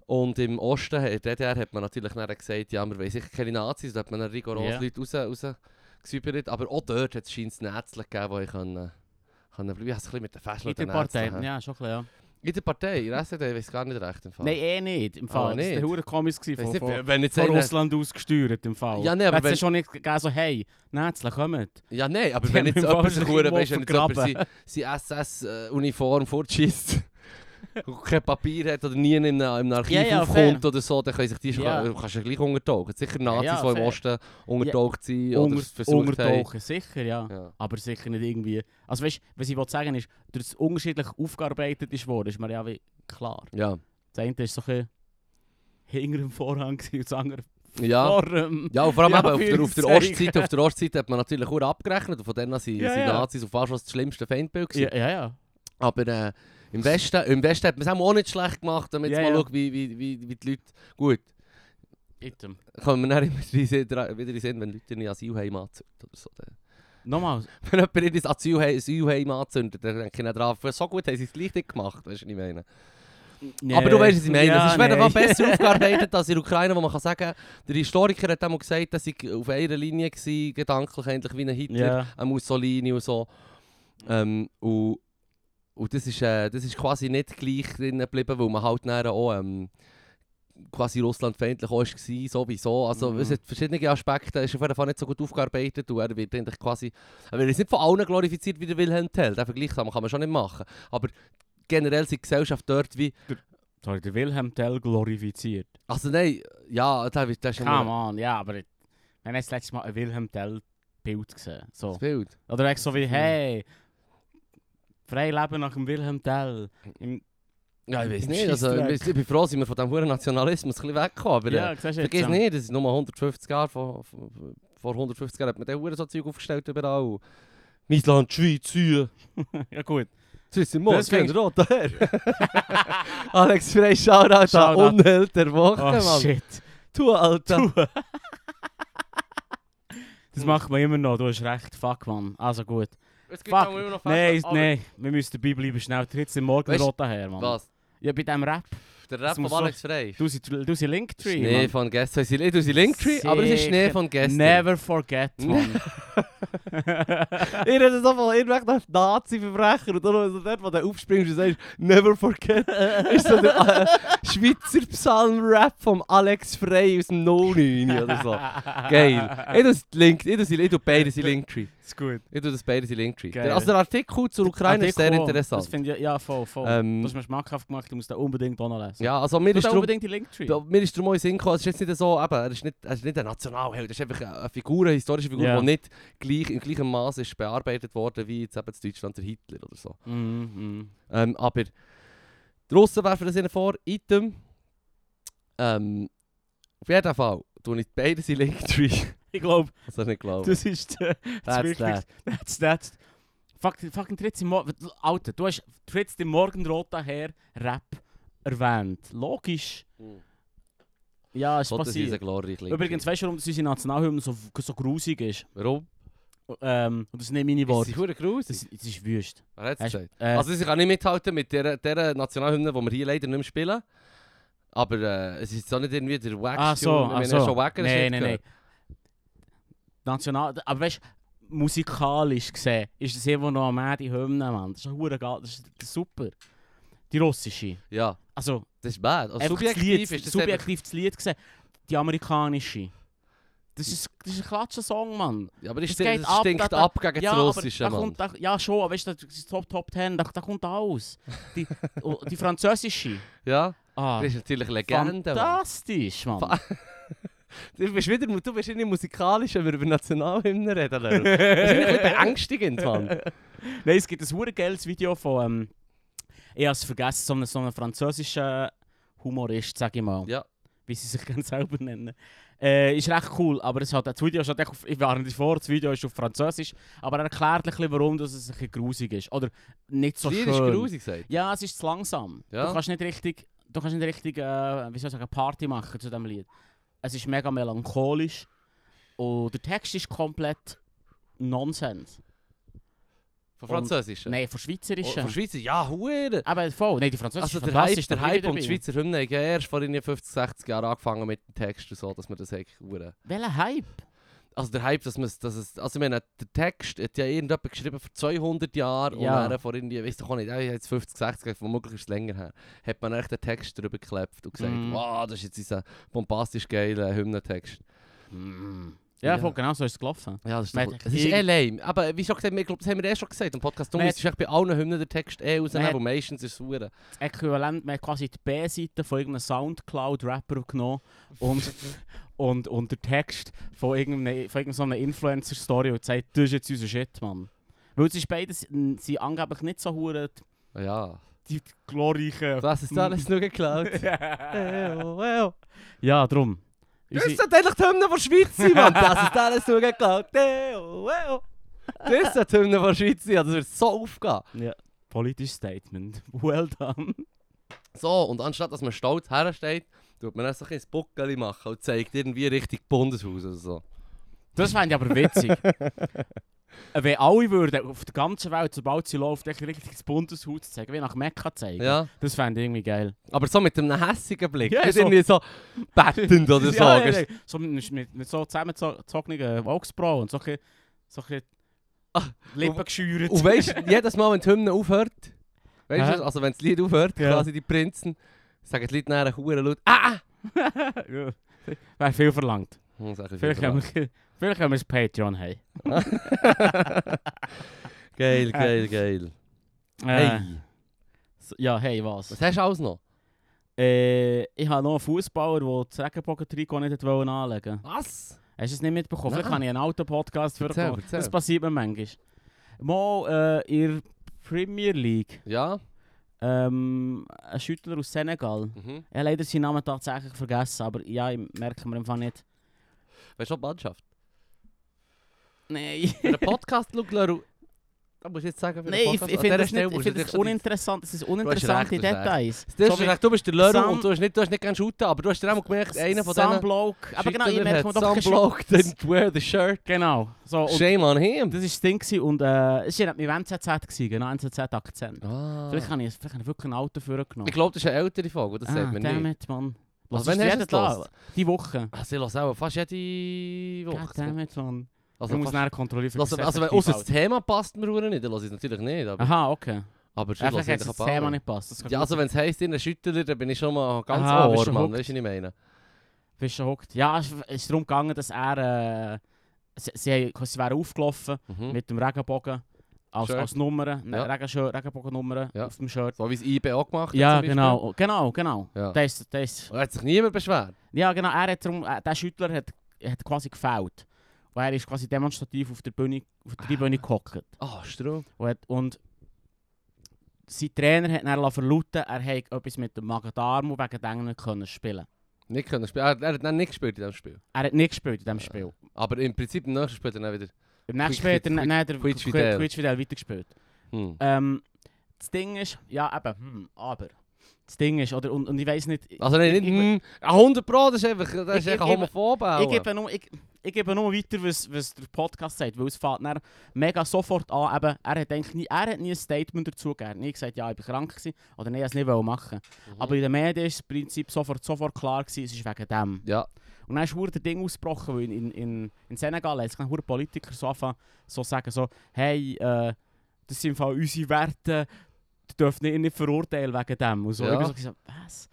Und im Osten, in der DDR, hat man natürlich dann gesagt, ja, wir wollen sicher keine Nazis, da hat man dann rigoros Ja. Leute raus, rausgesäubert. Aber auch dort hat es scheinbar Nätzle gegeben, die können, können bleiben. Ich habe es ein bisschen mit den Fesseln In der und den Nätzeln, Partei, hä? ja, schon ein bisschen, ja. In der Partei, in der SED, ich weiß gar nicht recht im Fall. Nein, eh nicht. Im Ah, Fall. das war der nicht? Hure Komis ich gewesen weiß von, nicht, von, wenn jetzt von einer- Russland aus gesteuert im Fall. Ja, nee, aber Hat's wenn- schon nicht gegeben, so, hey, Netzle, kommt. Ja, nein, aber Die wenn haben jetzt im Fall jemand sich sich hure irgendwo weißt, wenn jetzt jemand seine sie SS-Uniform fortschießt und kein Papier hat oder nie in einem, in einem Archiv Ja, ja, aufkommt oder so, dann können sich die Ja. du kannst ja gleich untertauchen. Sicher Nazis, ja, die im fair. Osten untertaucht sind oder Unter, es versucht haben. untertauchen, sicher, ja. Ja. Aber sicher nicht irgendwie. Also, weißt du, was ich wollte sagen ist, dass es unterschiedlich aufgearbeitet ist worden, ist mir ja wie klar. ja. Das eine ist so ein bisschen hinter dem Vorhang gewesen und das andere Ja. vor dem. Ja, und vor allem Ja, eben auf, der, auf, der Führungszeichen. Ostseite, auf der Ostseite hat man natürlich auch abgerechnet. Und von denen sind, Ja, sind ja. Nazis auf fast schon das schlimmste Feindbild. gewesen. Ja, ja, ja. Aber äh, im, Westen, im Westen hat man es auch nicht schlecht gemacht, damit Ja, man ja. schaut, wie, wie, wie, wie die Leute. Gut, Item. kommen wir dann immer wieder in den Sinn, wenn Leute in Asylheim anzünden oder so. Dann- Nochmal, Wenn jemand in das Asylheim, Asylheim anzündet, dann denke ich dann drauf, so gut haben sie es gleich nicht gemacht, weißt du, was ich meine. nee. Aber du weißt, was ich meine. Ja, es ist nee. nee. besser aufgearbeitet als in der Ukraine, wo man kann sagen der Historiker hat einmal gesagt, dass ich auf einer eh, Linie war, gedanklich eigentlich wie ein Hitler, Ja. ein Mussolini und so. Ähm, und und das, ist, äh, das ist quasi nicht gleich drin geblieben, weil man halt nachher auch ähm, quasi russlandfeindlich auch war, sowieso. Also Mhm. es hat verschiedene Aspekte, es ist auf jeden Fall nicht so gut aufgearbeitet und er wird eigentlich quasi... Er wird jetzt nicht von allen glorifiziert wie der Wilhelm Tell, den Vergleich kann man- kann man schon nicht machen. Aber generell sind die Gesellschaft dort wie... Sorry, der Wilhelm Tell glorifiziert. Also nein, ja, da wird das schon Come on, ja, aber ich wir haben das letzte Mal ein Wilhelm Tell Bild gesehen. So. das Bild. Oder echt so wie, Mhm. hey, frei leben nach dem Wilhelm Tell. Im, Ja, ich weiß Im nicht, also ich Scheissdreck. bin- ich bin froh, sind wir von diesem hohen Nationalismus ein bisschen weggekommen. Aber, ja, äh, siehst du jetzt, vergiss ähm, nicht, das ist nur 150 Jahre, vor, vor- vor 150 Jahren hat man den hohen so Zeug aufgestellt überall. Mein Land, die Schweiz, hier. Ja gut. Das ist im Mond, Das fängst- rot daher. Alex Frey, Shoutout an Shoutout. Unheld der Woche, Oh Mann. shit. Du, Alter. Das macht man immer noch, du hast recht. Fuck, Mann. Also gut. Es Fuck. Nein, Oh, nein, wir müssen dabei bleiben, schnell. Tritt im Morgen Weißt- rot daher, Mann. Was? Ja, bei diesem Rap. Der Das Rap von muss so- Alex Frey? Du bist du bist Linktree, Schnee Mann. von gestern. Ich sehe Linktree, aber es ist Schnee Sicher. von gestern. Never forget, Mann. Ihr redet so von irgendwelchen Nazi-Verbrecher und dann so dort, wo du aufspringst und sagst, never forget, ist so der äh, Schweizer Psalm-Rap vom Alex Frey aus dem 09 oder so. Geil. Ich tue das Link, ich tue sie- ich tue beides in Linktree. Ist gut. Ich tue das beides in Linktree. Geil. Also der Artikel zur Ukraine ist sehr Artikel, Das interessant. finde ich, dus ja, voll, voll. Ähm, du hast mir schmackhaft gemacht, du musst da unbedingt auch noch lesen. Ja, also mir du ist da drum, unbedingt die Linktree. da- mir ist drum auch in den Sinn gekommen, es ist jetzt nicht so, eben, er ist nicht, er ist nicht ein Nationalheld, er ist einfach eine Figur, eine historische Figur, Ja. die nicht gleich, im gleichen Maße ist bearbeitet worden wie jetzt eben in Deutschland der Hitler oder so. Mhm, Ähm, aber die Russen werfen das ihnen vor, Item. Ähm, auf jeden Fall tue ich beides in Linktree. Ich glaube, Das habe ich nicht glauben. das ist äh, das That's Wichtigste. That's that. Fuck, fucking Tritz im Morgen. Alter, du hast Tritz im Morgenrot daher Rap erwähnt. Logisch. Hm. Ja, ist Gott, das ist ein passiert. glorreich Linktree. Übrigens, weißt du, warum das unsere Nationalhymne so, so grusig ist? warum? Ähm, und das sind nicht meine Das Worte. ist verdammt grusig. Das, das ist wüst. Wer hat es Hast- gesagt? Äh, Also, ich kann nicht mithalten mit dieser, dieser Nationalhymne, die wir hier leider nicht mehr spielen. Aber äh, es ist auch nicht irgendwie der Wack. Ah so, ah so. schon Wacker nee, nee, nee. National, aber weißt du, musikalisch gesehen ist das immer noch mehr die Hymne, Mann. Das ist hure geil, das ist das ist super. Die russische. Ja, Also, das ist bad. Also, einfach das subjektiv Lied, ist das einfach, subjektiv das Lied gesehen. Die amerikanische. Das ist, das ist ein klatscher Song, Mann. Ja, aber es Es stinkt- geht es ab, stinkt da- da- ab gegen das aber Russische, da Mann. kommt, da, ja, schon, aber weißt du, das ist Top Top Ten, da, da kommt alles. Die, oh, die französische. Ja, Ah, das ist natürlich eine Legende. Mann. fantastisch, Mann. Fa- Du bist wieder, du bist nicht musikalisch, wenn wir über Nationalhymnen reden. Leru. Das ist ein bisschen beängstigend, Mann. Nein, es gibt ein hure geiles Video von, ähm, ich habe es vergessen, so einem, so einem französischen Humorist, sage ich mal. Ja. Wie sie sich ganz selber nennen. Äh, ist recht cool, aber es hat, das Video ist halt echt auf, ich warne dich vor, das Video ist auf Französisch, aber er erklärt ein bisschen, warum dass es ein bisschen grusig ist. Oder nicht so Das Lied schön. ist grusig, gesagt. Ja, es ist zu langsam. Ja. Du kannst nicht richtig, du kannst nicht richtig äh, wie soll ich sagen, Party machen zu diesem Lied. Es ist mega melancholisch und der Text ist komplett Nonsens. Von Und- Französischen? Nein, von Schweizerischen. Oh, von Schweizer? Ja, hure. Aber voll, nein, die Französische Also Ah, ist der fantastisch, Hype, der da bin ich Hype um die dabei. Schweizer Hymne hat ja erst vor irgendwie 50, 60 Jahren angefangen mit dem Text und so, dass man das eigentlich hure- Welcher Hype? Also der Hype, dass man es, dass es, also ich meine, der Text hat ja irgendjemand geschrieben vor 200 Jahren Ja. und dann vor irgendwie, weißt du, auch nicht, äh, jetzt 50, 60, womöglich ist es länger her, hat man echt den Text drüber geklebt und gesagt, Mhm. wow, das ist jetzt dieser bombastisch geile Hymnentext. Ja, Ja. voll genau so ist es gelaufen. Ja, das ist, Man doch, hat das ist irgend- eh lame. Aber wie schon gesagt, wir- ich glaube, das haben wir eh schon gesagt im Podcast. Du Man musst echt bei allen Hymnen den Text eh rausnehmen, Man wo meistens ist es sauer. Das Äquivalent, man hat quasi die B-Seite von irgendeinem Soundcloud-Rapper genommen und, und, und den Text von irgendeiner, von irgendeiner Influencer-Story und gesagt, das ist jetzt unser Shit, Mann. Weil es ist beides, sie angeblich nicht so hure Ja. die glorreichen... Was ist alles nur geklaut? Eyo, eyo. ja, drum. Das Unsere- sollte eigentlich die Hymne der Schweiz sein, Mann. Das ist alles nur geklaut. Eyo, eyo. Das sollte die Hymne der Schweiz sein. Das wird so aufgehen. Ja, politisches Statement. Well done. So, und anstatt dass man stolz hersteht, tut man dann so ein bisschen Buckeli machen und zeigt irgendwie richtig Bundeshaus oder so. Das fände ich aber witzig. Wenn alle würden auf der ganzen Welt, sobald sie läuft, echt richtig das Bundeshaus zeigen, wie nach Mekka zeigen. Ja. Das fände ich irgendwie geil. Aber so mit einem hässigen Blick. Ja, Nicht so- irgendwie so bettend oder so. Ja, ja, ja. So mit, mit, mit so zusammengezogenen Augsbrauen und so ein so ein Ah, Lippen und- gescheuert. Und weißt du, jedes Mal, wenn die Hymne aufhört, weißt Aha. du, was? also wenn das Lied aufhört, Ja. quasi die Prinzen, sagen die Leute nachher Huren laut, ah! ja. Wäre viel verlangt. Und sagen, Vielleicht können, wir, vielleicht können wir das Patreon haben. Geil, geil, geil. Äh, Hey, so- Ja, hey, was? was hast du alles noch? Äh, ich habe noch einen Fußballer, der das Regenbogen-Trikot nicht hat wollen anlegen wollte. Was? Hast du es nicht mitbekommen? Vielleicht Nein. habe ich einen alten Podcast für Erzähl, erzähl. Das passiert mir manchmal. Mal äh, in der Premier League. Ja. Ähm, ein Schüttler aus Senegal. Mhm. Ich habe leider seinen Namen tatsächlich vergessen, aber ja, ich merke mir einfach nicht. Weißt du, die Mannschaft? Nein. Für den Podcast, schau, Leru. Da musst du jetzt sagen, für Nein, ich, den Podcast. ich an finde dieser es Stelle nicht- ich musst du finde dich es schon- uninteressant. Es ist recht, uninteressante du hast recht. Details. Das ist So wie recht, du bist der Leru Sam- und du hast nicht, du hast nicht gerne shooten, aber du hast dir auch mal gemerkt, einer von Sam denen... Block. Aber genau, ich Schüttler merke mir hat doch Sam keinen Block Schüttler. didn't wear the shirt. Genau. So, und Shame on him. das war das Ding gewesen und äh, es war mit meinem NZZ, gewesen, genau, NZZ-Akzent. Ah. Vielleicht habe ich, vielleicht habe ich wirklich einen alten vorgenommen. Ich glaube, das ist eine ältere Folge, das sagt man nicht. Oh. Ah, damn it, Mann. Was Also wann ist jeden hast du es Tag? Die Woche. Also ich lasse auch fast jede Woche. God damn it, Mann. also ich muss fast, nachher kontrollieren, lass, das also wenn effektiv außer das hält. Thema passt mir verdammt nicht, dann lasse ich es natürlich nicht. Aber, Aha, okay. aber Ja, Vielleicht hat lasse das ein paar Thema Mal. nicht passt. Das kann Ja, also wenn es heisst, in der Schüttler, dann bin ich schon mal ganz Aha, bist ohr, du Mann. hooked. Weißt du, was ich meine? Bist du hockt? Ja, es es ist darum gegangen, dass er. Äh, sie, sie, haben- sie wären aufgelaufen Mhm. mit dem Regenbogen als, Shirt. als Nummer, ne, Ja. Regenschir- Regenbogen-Nummer Ja. auf dem Shirt. So wie es IB auch gemacht hat Ja, zum Beispiel. genau, genau, genau. Ja. Das, ist- das, ist- Und hat sich niemand beschwert. ja, genau, er hat darum, äh, der Schüttler hat, hat quasi gefällt. Und er ist quasi demonstrativ auf der Bühne, auf der Tribüne gehockt. Ah, Strom. Und, hat, und sein Trainer hat dann verlauten, er hätte etwas mit dem Magen-Darm und wegen dem nicht können spielen Nicht können spielen. Er, er hat dann nicht gespielt in diesem Spiel. Er hat nicht gespielt in diesem Spiel. Aber im Prinzip im nächsten Spiel dann auch wieder. Im nächsten Spiel Äh, hat Quick- er dann Quick- der Quick Quick Fidel. Quick Fidel weitergespielt. Hm. Ähm, das Ding ist, ja eben, hm, aber. Das Ding ist, oder, und, und ich weiß nicht, ich, Also nein, Ich- nicht ich- hm, 100 Pro, das ist einfach, das ist Ich- ich- einfach homophob. ich, Alter. gebe nur, ich, ich gebe nur weiter, was, was der Podcast sagt, weil es fällt dann mega sofort an, eben, er hat eigentlich nie, er hat nie ein Statement dazu gegeben, Er hat nie gesagt, ja, ich bin krank gewesen, oder nein, ich wollte es nicht machen. Mhm. Aber in den Medien ist das Prinzip sofort, sofort klar gewesen, es ist wegen dem. Ja, Und dann ist verdammt das Ding ausgebrochen, weil in, in, in, in Senegal haben sich dann verdammt Politiker so anfangen, so sagen so, hey, äh, das sind im Fall unsere Werte, die dürfen ihr nicht verurteilen wegen dem. Und so. Ja. Ich bin so gesagt, was?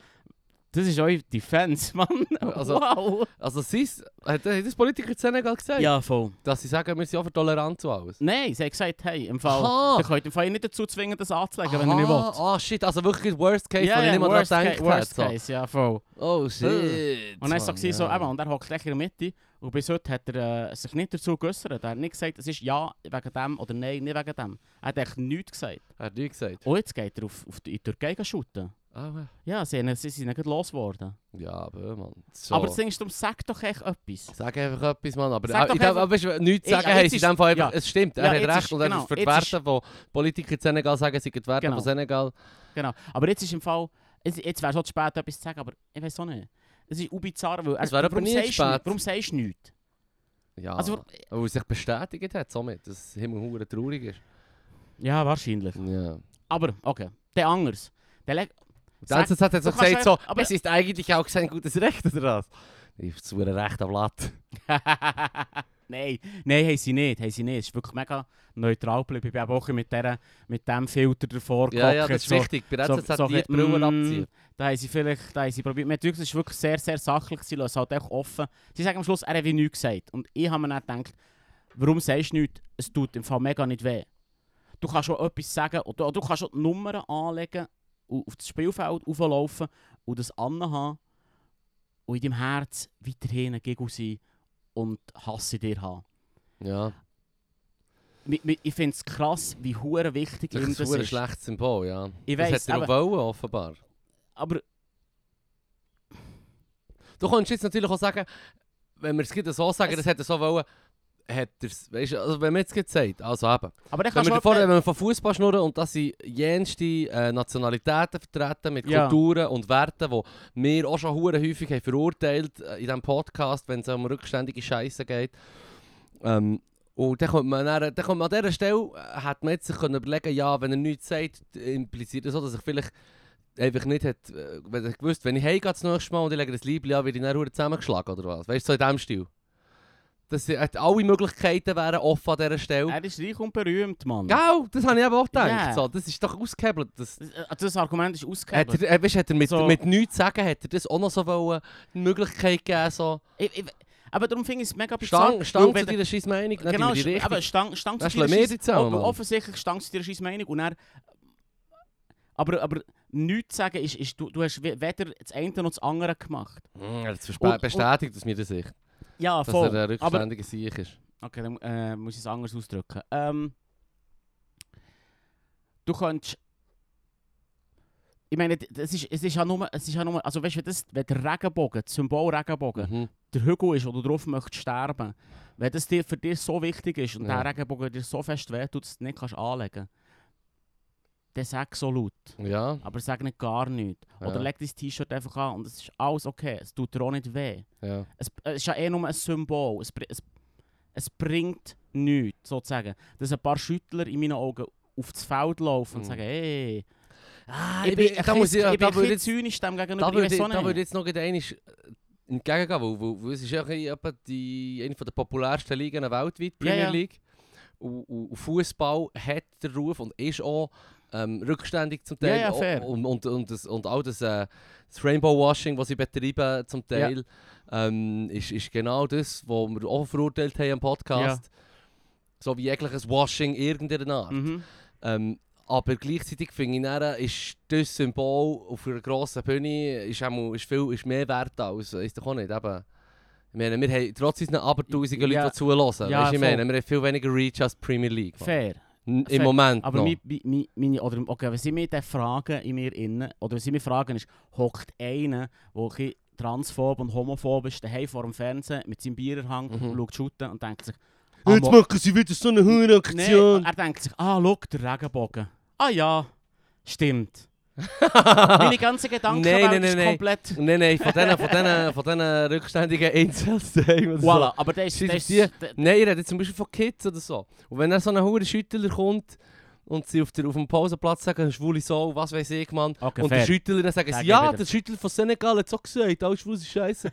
Das ist eure Defense, Mann. Also- wow. also sie hat, hat das Politiker in Senegal gesagt? Ja, voll. Dass sie sagen, wir sind offen tolerant zu alles. Nein, sie haben gesagt, hey, im Fall, Aha. ihr könnt im Fall nicht dazu zwingen, das anzulegen, wenn ihr Aha, nicht wollt. Ah, shit, also wirklich Worst Case, weil ich nicht mal worst, dran case, gedacht hätte. worst So. case, ja, voll. Oh shit. Und dann so Mann, war so, ja. eben, und er hockt gleich in der Mitte. Und bis heute hat er äh, sich nicht dazu geäußert. Er hat nicht gesagt, es ist ja wegen dem oder nein, nicht wegen dem. Er hat echt nichts gesagt. Er hat nichts gesagt. Und jetzt geht er auf, auf die, in die Türkei gehen shooten. Ah, ja. Ja, sie, haben- sie sind nicht los geworden. ja, aber Mann. So. Aber das Ding ist, darum sag doch echt etwas. Sag einfach etwas, Mann. Aber, Sag auch- doch in dem, einfach- aber weißt du, nichts Ich- sagen aber heisst jetzt in ist- dem Fall einfach, ja. es stimmt, er Ja, hat jetzt recht ist- und er genau, ist für die jetzt Werte, die Politiker in Senegal sagen, sie sind die Werte Genau. von Senegal. Genau. Aber jetzt ist im Fall, es, jetzt wäre schon zu spät, etwas zu sagen, aber ich weiß auch nicht. Es ist bizarr, weil er, Es wäre aber warum, nie zu sagst du nicht- spät. warum sagst du nichts? Ja, Also, weil es sich bestätigt hat somit, dass es immer hure traurig ist. ja, wahrscheinlich. Ja. Aber, okay. Der anders. Der leg- Der Sag- NZZ hat so du kannst gesagt, so, einfach- aber- es ist eigentlich auch sein gutes Recht, oder was? Ich versuche Recht am Blatt. Nein, nein, haben sie nicht, haben sie nicht. Es ist wirklich mega neutral geblieben. Ich bin eben auch ein bisschen mit, dieser, mit diesem Filter davor Ja, ja, gehockt, das ist so- wichtig. Bei so- NZZ so hat die ein bisschen, Brille mm, abziehen. Da haben sie vielleicht, da haben sie probiert. Man hat wirklich- es ist wirklich sehr, sehr sachlich. Sie lassen halt echt offen. Sie sagen am Schluss, er hat wie nichts gesagt. Und ich habe mir dann gedacht, warum sagst du nichts? Es tut im Fall mega nicht weh. Du kannst schon etwas sagen, oder du kannst schon die Nummern anlegen, und auf das Spielfeld rauflaufen und das anhaben und in deinem Herz weiterhin ein Gegel sein und Hass in dir haben. Ja. mi- mi- ich finde es krass, wie hure wichtig Das ihm ist das ein verdammt ist. schlechtes Symbol, ja. Ich das weiss, hat er auch wollen, offenbar. Aber Du kannst jetzt natürlich auch sagen, wenn wir es gerade so sagen, Es- das hätte er so wollen, hat er es, weißt du, also wenn man jetzt gerade sagt, also eben. Aber dann Wenn kannst wir, du davor, auch- wenn wir von Fußball schnurren und dass sie jenste äh, Nationalitäten vertreten mit Ja. Kulturen und Werten, die wir auch schon hure häufig haben verurteilt äh, in diesem Podcast, wenn es um rückständige Scheiße geht. Ähm, und dann kommt man, dann, dann kommt man an dieser Stelle, äh, hätte man jetzt sich können überlegen ja, wenn er nichts sagt, impliziert das so, dass ich vielleicht einfach nicht hat, äh, wenn ich gewusst, wenn ich heimgehe das nächste Mal und ich lege das Liebling an, werde ich dann verdammt zusammengeschlagen oder was. Weißt du, so in diesem Stil. Das, äh, alle Möglichkeiten wären offen an dieser Stelle. er ist reich und berühmt, Mann. Gau, das habe ich eben auch gedacht. Hm. Ja. So, das ist doch ausgehebelt. Das, Das, äh, das Argument ist hat ausgehebelt. er, äh, weisst, hat er mit, So. mit nichts sagen, hat er das auch noch so wollen, eine Möglichkeit gegeben. So. Ich, ich, aber darum finde ich es mega Stang, weil Stang zu wenn- deiner scheiß Meinung, dann Genau, tun wir die aber richtig. Stang, Stang Dann zu deiner schlagen wir Scheiss- die zusammen, Oh, Mann. Offensichtlich Stang zu deiner scheiss Meinung und er... Aber, aber nichts zu sagen ist, ist du, du hast we- weder das eine noch das andere gemacht. Hm, Er hat es Und- und- bestätigt aus meiner Sicht, Ja, dass voll. er ein aber, rückständiger Sieg ist. okay, dann äh, muss ich es anders ausdrücken. Ähm, du könntest... Ich meine, d- das ist, es ist ja nur... Es ist ja nur also weißt du, wenn, das, wenn der Regenbogen, das Symbol Regenbogen, Mhm. der Hügel ist, wo du drauf möchtest sterben, wenn das dir für dich so wichtig ist und Ja. der Regenbogen dir so fest wehtut, dass du es nicht kannst anlegen kannst, dann sag so laut. Ja, Aber sag nicht gar nichts. Oder Ja. leg dein T-Shirt einfach an und es ist alles okay. Es tut dir auch nicht weh. ja. Es, es ist ja eh nur ein Symbol. Es, bri- es, es bringt nichts, sozusagen. Dass ein paar Schüttler in meinen Augen auf das Feld laufen und Mhm. sagen, hey, Ah, ich bin, ich da bin, muss ich, ich bin da ein würde bisschen jetzt, zynisch dem gegenüber. da ich würde, weiss auch da nicht. würde jetzt noch gerade einmal entgegengehen, weil, weil, weil es ist ja ein bisschen etwa die, eine der populärsten Ligen weltweit, Premier ja. League. Und, und, und Fußball hat den Ruf und ist auch ähm, rückständig zum Ja, Teil. ja, fair. Und, und, und, das, und auch das, äh, das Rainbow-Washing, das sie betreiben zum Teil, ähm, ist, ist genau das, was wir auch verurteilt haben im Podcast. So wie jegliches Washing irgendeiner Art. Mhm. Ähm, aber gleichzeitig finde ich, dann, ist das Symbol auf einer grossen Bühne ist einmal, ist viel, ist mehr wert als, ist doch auch nicht, eben. Ich meine, wir haben trotz unseren abertausigen Leute, Ja. die zuhören, Ja, ja, ich voll. meine, wir haben viel weniger Reach als die Premier League. Mann. Fair. N- fair. Im Moment Aber noch. mi, mi, mi, meine, oder, okay, wenn sie mich dann fragen in mir innen, oder wenn sie mich fragen, ist, hockt einer, der ein bisschen transphob und homophob ist, daheim vor dem Fernsehen mit seinem Biererhang Mhm. und schaut shooten und denkt sich, ah, Jetzt mo- machen sie wieder so eine nee, Hurenaktion. er denkt sich, ah, schau, der Regenbogen. Ah ja, stimmt. Meine Nein, ganze Gedanken nee, nee, ist nee. komplett... nein, von diesen, von diesen, von diesen rückständigen Incels. Voilà. Voilà, aber der ist... Scheiss Der auf ist die. der- Nein, ich rede zum Beispiel von Kids oder so. Und wenn dann so ein hoher Schüttler kommt und sie auf, der, auf dem Pausenplatz sagen, schwule Sau, was weiß ich, Mann. okay, und die fair. Schüttler dann sagen, Sag sie, ich ja, wieder. der Schüttler von Senegal hat so gesagt, alles schwule Scheiße.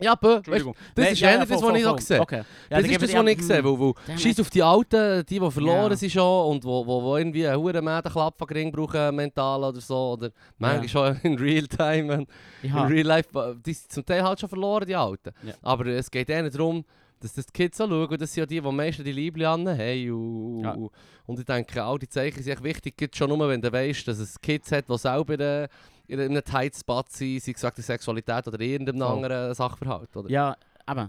ja, bö, weißt, Entschuldigung. das Nee, ist ja, ja, eher das, voll, was ich voll, auch voll. sehe. Okay. Ja, das dann ist gebe das, ich- was ich sehe, Hm. weil, weil Damn Scheiß auf die Alten, die, die verloren Ja. sind schon und wo, wo, wo irgendwie einen hohen Mädenklappvergring brauchen, mental oder so. Oder manchmal Ja. schon in real time. wenn- Mhm. Ja. In real life, äh, die sind zum Teil halt schon verloren, die Alten. Ja. Aber es geht ihnen darum, dass das die Kids auch schauen, das sind ja die, die am meisten die Liebling haben. Und, Ja. und ich denke, all die Zeichen sind echt wichtig, Gerade schon nur, wenn du weißt, dass es Kids hat, die selber äh, in einem tight Spot sind, sei gesagt, die Sexualität oder irgendeinem Voll. anderen Sachverhalt. Oder? Ja, eben.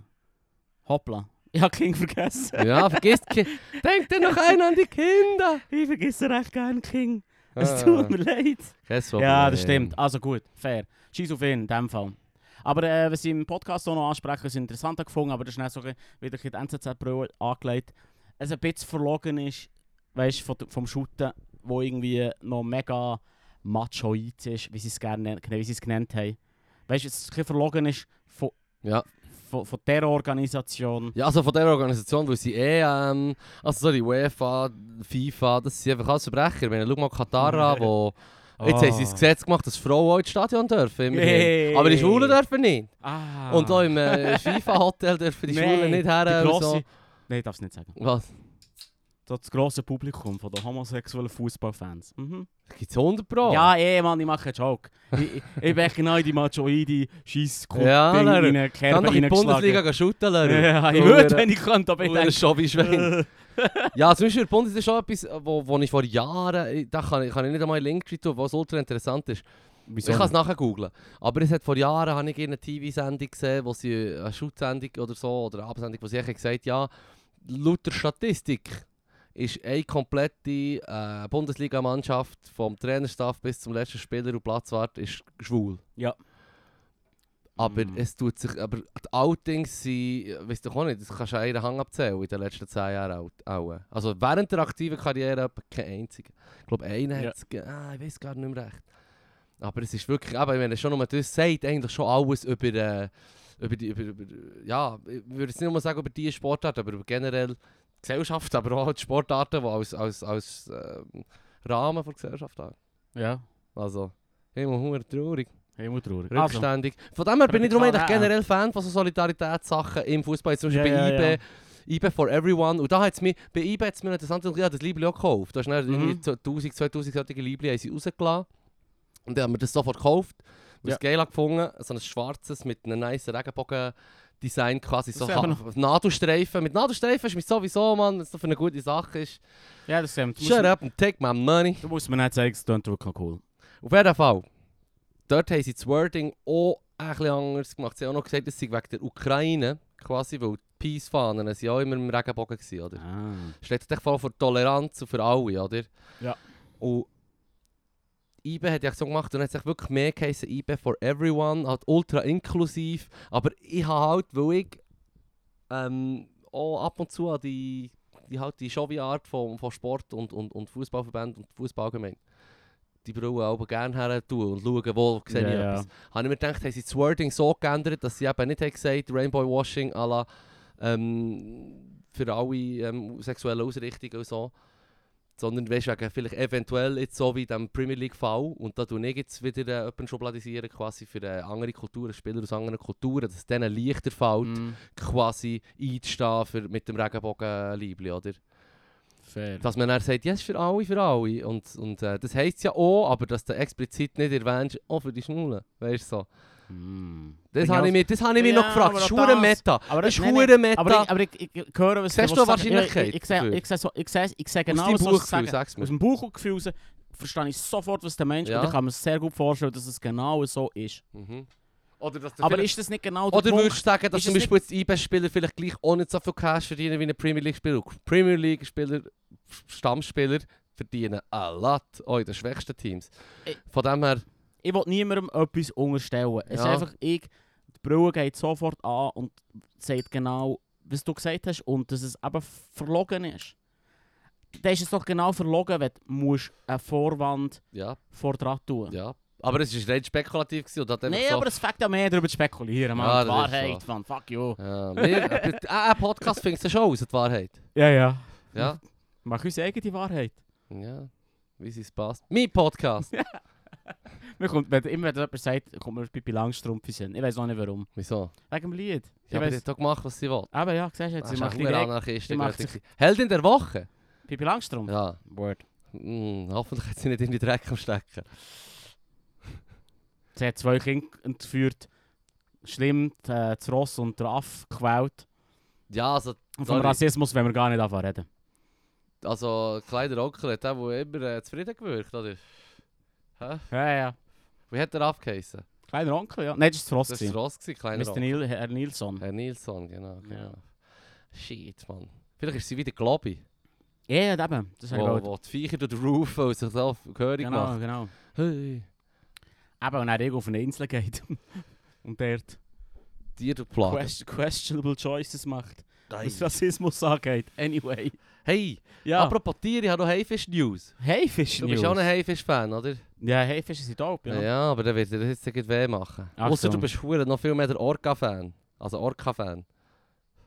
Hoppla. Ich habe King vergessen. Ja, vergiss die Ki- Denk dir noch ein an die Kinder! Ich vergesse recht gerne King. Es Ah, tut mir leid. kein Problem. Ja, das stimmt. Also gut, fair. Scheiß auf ihn, in dem Fall. Aber äh, was ich im Podcast auch noch ansprechen, ist interessant gefunden, aber das ist dann so ein bisschen- wieder ein bisschen die NZZ-Brille angelegt. Es ein bisschen verlogen ist, weißt du, vom Shooten, wo irgendwie noch mega machoid ist, wie sie es gerne nennen- wie sie es genannt haben. Weißt du, es ein bisschen verlogen ist von, Ja. von, von dieser Organisation. Ja, also von dieser Organisation, weil sie eh, ähm, also sorry, UEFA, FIFA, das sind einfach alles Verbrecher. Ich meine, schau mal Katar an, wo... Jetzt haben sie das Gesetz gemacht, dass Frauen auch ins Stadion dürfen, immerhin. Ah. Hey. Aber die Schwulen dürfen nicht. Ah. Und auch im äh, FIFA-Hotel dürfen die Schwulen Nein, nicht her. die äh, und grosse- Nein, ich darf es nicht sagen. so. Was? So Das grosse Publikum von den homosexuellen Fußballfans. Mhm. Da gibt es 100 Pro. Ja, eh, Mann, ich mache einen Joke. Ich, ich- ich bin genau in die machoide scheiß Kuh Ja, nou, Ding Leru. in eine Kann Kerbe doch in die Bundesliga reingeschlagen. gehen shooten, Leru. Ja, ich Und würde, wir- wenn ich könnte, aber ich Und wir denke... Schobby schwenken. äh, Ja, zum Beispiel in der Bundesliga ist schon etwas, äh, wo, wo ich vor Jahren, äh, da kann ich, kann ich nicht einmal einen Link drin tun, was ultra interessant ist. Wieso Ich kann es nicht? nachher googlen. Aber es hat vor Jahren habe ich in einer TV-Sendung gesehen, wo sie eine Schutzsendung oder so, oder eine Absendung, wo sie eigentlich gesagt haben, ja, lauter Statistik ist eine komplette äh, Bundesligamannschaft vom Trainerstaff bis zum letzten Spieler und Platzwart ist schwul. Ja. Aber Mm. es tut sich, aber die Outings sind, weißt du auch nicht, das kannst du an einer Hand abzählen in den letzten zehn Jahren auch. auch. Also während der aktiven Karriere etwa kein einziger. Ich glaube, einen Ja. hat es ge- ah, ich weiß gar nicht mehr recht. Aber es ist wirklich, aber wenn es schon nur das sagt, eigentlich schon alles über, äh, über die, über, über, ja, ich würde jetzt nicht nur sagen über diese Sportart, aber über generell die Gesellschaft, aber auch die Sportarten, die als, als, als ähm, Rahmen der Gesellschaft haben. Ja. Also, immer hure traurig. Hey, muss traurig. Also, Rückständig. Von dem her bin Aber ich darum die eigentlich Zahlen- generell Fan von so Solidaritätssachen im Fußball. Zum Beispiel Ja, ja, bei IBE, IBE for Everyone. Und da hat's mich, bei IBE hat es mir interessant gemacht, ich habe das Liebling auch gekauft. Da hast du dann Mhm. irgendwie so 1000, 2000 solche Liebling haben sie rausgelassen. Und dann haben wir das sofort gekauft. Ja. Wir ja. es geil gefunden. So ein schwarzes mit einem nice Regenbogen-Design quasi. So Das haben wir ha- Nadelstreifen. Mit Nadelstreifen ist mich sowieso, Mann, wenn es doch für eine gute Sache ist. ja, das stimmt. Du musst- Shut up and take my money. Du musst mir nicht sagen, es klingt wirklich noch cool. Auf jeden Fall, dort haben sie das Wording auch ein bisschen anders gemacht. Sie haben auch noch gesagt, es sei wegen der Ukraine, quasi, weil die Peace-Fahnen sind auch immer im Regenbogen gewesen, oder? Ah. Steht dich vor für Toleranz und für alle, oder? Ja. Und IBE hat ja so gemacht und hat sich wirklich mehr geheißen, IBE for everyone, halt ultra inklusiv. Aber ich habe halt, weil ich ähm, auch ab und zu an die, die, halt die Chauvi-Art von, von Sport und, und, und Fußballverbänden und Fußballgemein die Brille auch gerne her tun und schauen, wo sehe ich Ja, etwas. Habe ich mir gedacht, haben sie das Wording so geändert, dass sie eben nicht haben gesagt Rainbow Washing à la ähm, für alle ähm, sexuelle Ausrichtungen und so. Sondern weißt, wegen vielleicht eventuell jetzt so wie dem Premier League Fall und da tun ich jetzt wieder äh, jemanden schubladisieren quasi für äh, andere Kulturen, Spieler aus anderen Kulturen, dass es denen leichter fällt, Mm, quasi einzustehen für, mit dem Regenbogenleibli, oder? fair. Dass man dann sagt, ja, es ist für alle, für alle. Und, und äh, das heisst ja auch, aber dass du explizit nicht erwähnst, oh, für die Schnulle. Weißt du so. Mm. Das Ja, habe ich mir, das habe ich mir Ja, noch gefragt. aber Das ist auch hure das- Meta. aber Das ist nein, hure Meta. Aber, ich, aber ich, ich, ich höre, was was Siehst du sagst. Wahrscheinlichkeit Ich, ich, ich, sehe- dafür? ich, sehe so- ich, sehe- ich sehe Aus genau, deinem was du Buchgefühl, sagst. sag's Aus mir. dem Bauchgefühl raus verstehe ich sofort, was der Mensch Ja. und ich kann mir sehr gut vorstellen, dass es genau so ist. Mhm. Oder, dass du Aber vielleicht- ist das nicht genau der oder Punkt? würdest du sagen, dass Ist zum es Beispiel jetzt IBES-Spieler vielleicht gleich auch nicht so viel Cash verdienen wie ein Premier League-Spieler? Und Premier League-Spieler, Stammspieler verdienen a lot, auch in den schwächsten Teams. Ich- Von dem her, ich will niemandem etwas unterstellen. Es ist Ja. einfach, ich, die Brille geht sofort an und sagt genau, was du gesagt hast und dass es eben verlogen ist. Dann ist es doch genau verlogen, wenn du musst einen Vorwand ja, vor dran tun ja. Aber es war rein spekulativ gewesen und hat einfach Nee, so... aber es fängt ja mehr darüber zu spekulieren, man. Ja, die das ist Wahrheit, so. man. Fuck you. Ja, wir, äh, ein Podcast fängt ja schon aus, die Wahrheit. Ja, ja. Ja, Mach uns eigene Wahrheit. ja. Wie sie es passt. Mein Podcast. Mir kommt, wenn, immer wenn jemand sagt, kommt mir Pippi Langstrumpf in den Sinn. Ich weiß auch nicht warum. Wieso? Wegen dem Lied. Ich Ja, aber die weiss, hat doch gemacht, was sie will. aber Ah, ja, siehst du jetzt, Das ich ist mache ein die Weg. Anarchist. die macht Held in der Woche? Pippi Langstrumpf. Ja. Word. Hm, hoffentlich hat sie nicht in die Dreck am Stecken. Sie hat zwei Kinder entführt, schlimm, die, äh, das Ross und der Affe gequält. Ja, also, Und vom Sorry. Rassismus wollen wir gar nicht anfangen reden. also kleiner Onkel hat der, der immer äh, zufrieden gewirkt, oder? Hä? Ja, ja. Wie hat er abgeheissen? Kleiner Onkel, ja. Nein, das ist das Ross. Das war das gewesen. Ross, gewesen, kleiner Mr. Onkel. Nil Herr Nilsson. Herr Nilsson, genau. Ja. genau. Shit, Mann. Vielleicht ist sie wieder Globby, Ja, ja, eben. Das habe ich wo, gewollt. wo die Viecher durch den Roof und sich da gehörig Genau, macht. genau. Hey, Eben, und dann irgendwo auf eine Insel geht. und dort Tier durch die Plage. quest questionable choices macht. Was Geil. Rassismus angeht. Anyway. Hey, Ja. apropos Tier, ich habe noch Haifisch-News. Haifisch Du bist auch ein Haifisch-Fan, oder? Ja, Haifisch sind dope, Ja. ja. ja. aber dann wird er jetzt gleich weh machen. Ach Außer so. du bist hure noch viel mehr der Orca-Fan. Also Orca-Fan.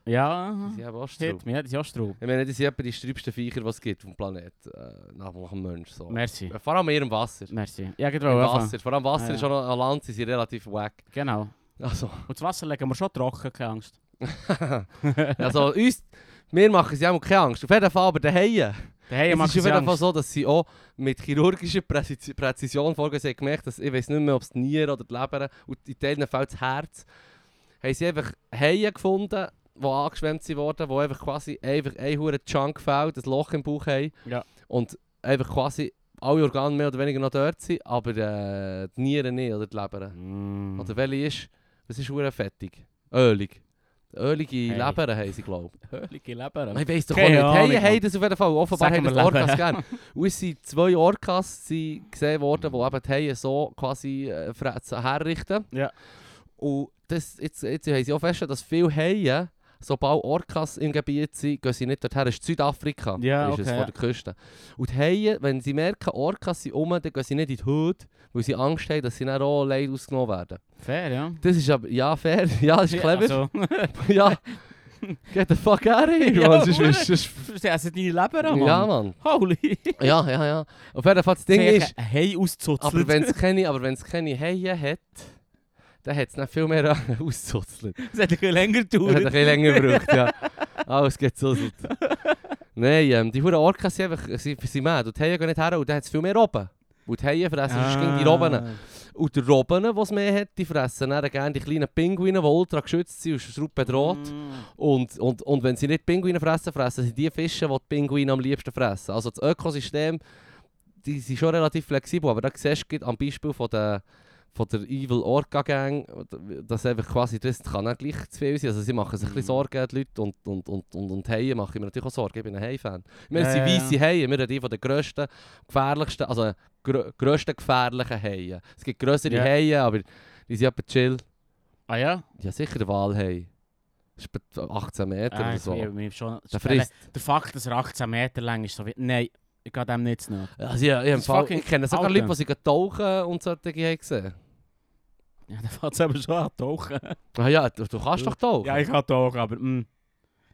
Die Ja. sind eben auch Straub. Hit, mir hat es auch Straub. Ich meine, die sind etwa die sträubsten Viecher, die es gibt vom Planeten. Äh, nach nach dem Mensch. So. Merci. Ja, Vor allem eher im Wasser. Merci. Ja, Im genau. Wasser. Vor allem Wasser Ah, ja. ist auch noch an Land, sie sind relativ wack. Genau. Also, Und das Wasser legen wir schon trocken, keine Angst. also uns, wir machen sie auch keine Angst. Auf jeden Fall aber den Haien. Daheim es macht ist auf es jeden Fall Angst. so, dass sie auch mit chirurgischer Präzision, Präzision vorgehen. Sie haben gemerkt, dass ich weiß nicht mehr, ob es die Nieren oder die Leber und in Teilen fällt das Herz. Haben sie einfach Haie gefunden, die angeschwemmt sind worden, die einfach quasi einfach ein hure Chunk fällt, ein Loch im Bauch haben. Ja. Und einfach quasi alle Organe mehr oder weniger noch dort sind, aber äh, die Nieren nicht oder die Leber. Mm. Oder welche ist, was ist hure fettig, ölig. Ölige Hey. Leber haben sie, glaube ich. Höhlige Leber. Ich weiss doch auch Keine nicht. Hey, Ahnung, hey, Mann. das auf jeden Fall. Offenbar Sagen haben das wir Leber. Orcas gern. Und es sind zwei Orcas sind gesehen worden, die eben die Haie so quasi äh, fressen- herrichten. Ja. Und das, jetzt, jetzt haben sie auch festgestellt, dass viele Haie, sobald Orcas im Gebiet sind, gehen sie nicht dorthin. Das ist Südafrika, Ja, ist es okay, vor ja. der Küste. Und die Haie, wenn sie merken, Orcas sind um, dann gehen sie nicht in die Hut, weil sie Angst haben, dass sie dann auch leid ausgenommen werden. Fair, ja. Das ist aber, ja, fair. Ja, das ist clever. Also, Ja. Get the fuck out of here, Ja, man. Sonst Hure. wirst du- sonst- sie essen deine Leber, Mann. Ja, Mann. Holy. Ja, ja, ja. Auf jeden Fall, das Ding ist, Hey, auszuzeln. aber wenn es keine, aber wenn's keine Haie hat, dann hat es nicht viel mehr auszuzeln. Es hat ein bisschen länger Das hat ein gedauert. bisschen länger gebraucht, ja. Alles gezuzelt. Nein, ähm, die Huren Orcas sind einfach sie, sie mad. Und die Haie gehen nicht her und dann hat es viel mehr Robben. Und die Haie fressen sonst gegen die Ah. Robben. Und die Robben, die es mehr hat, die fressen dann gerne die kleinen Pinguine, die ultra geschützt sind und schraub bedroht. Und, und, und wenn sie nicht Pinguine fressen, fressen sie die Fische, die die Pinguine am liebsten fressen. Also das Ökosystem, die sind schon relativ flexibel, aber da siehst du am Beispiel von der, von der Evil Orca Gang, dass einfach quasi das kann auch gleich zu viel sein. Also sie machen sich ein bisschen Mhm. Sorgen, die Leute, und, und, und, und, und Haie mache ich mir natürlich auch Sorgen, ich bin ein Hai-Fan. Ich meine, es Ja, sind ja, weisse Haie, wir reden von den grössten, gefährlichsten, also grö grössten gefährlichen Haien. Es gibt grössere Ja. Haie, aber die sind etwa chill. Ah ja? Ja sicher, der Walhai. Das ist etwa 18 Meter Ah, oder ich so. will mich schon Der stellen. frisst. Der Fakt, dass er 18 Meter lang ist, so wie... Nein, ich gehe dem nicht zu nahe. Also ja, ich, Das ist empfang, fucking ich kenne sogar Alter. Leute, die sie gehen tauchen und solche haben gesehen. Ja, dann fängt es aber schon an zu tauchen. Ah ja, du, du kannst doch tauchen. Ja, ich kann tauchen, aber... mm,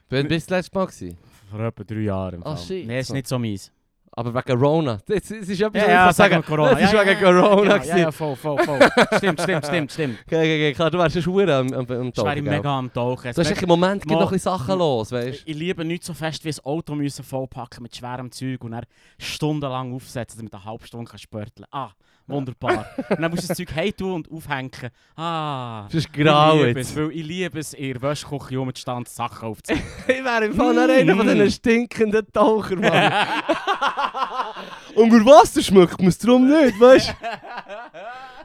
Wann bist du das letzte Mal gewesen? vor etwa drei Jahren. im Ah, Fall. shit. Nein, ist nicht so meins. Aber wegen Corona. Das, das ist etwas, Ja, was ja, ich sagen wir Corona. Das ist Ja, ja, wegen ja, ja, Corona. ja, ja, voll, voll, voll. stimmt, stimmt, stimmt, stimmt. Okay, okay, okay, klar, du wärst schon schwer am, am, am Das wäre ich Tauchen. gell? mega am Tauchen. Es Du hast echt im Moment gibt Mal- noch ein bisschen Sachen los, weißt Ich ich liebe nicht so fest wie ein Auto müssen vollpacken mit schwerem Zeug und dann stundenlang aufsetzen, damit du eine halbe Stunde kannst spörteln Ah, wunderbar. und dann musst du das Zeug heim tun und aufhängen. Ah. du? Es ist grau ich liebe es, Genau jetzt. weil ich liebe es, in der Wäschküche um den Stand Sachen aufzuziehen. Ich wäre im Fall noch einer von diesen stinkenden Taucher, Mann. Unter Wasser schmeckt man es darum nicht, weißt du?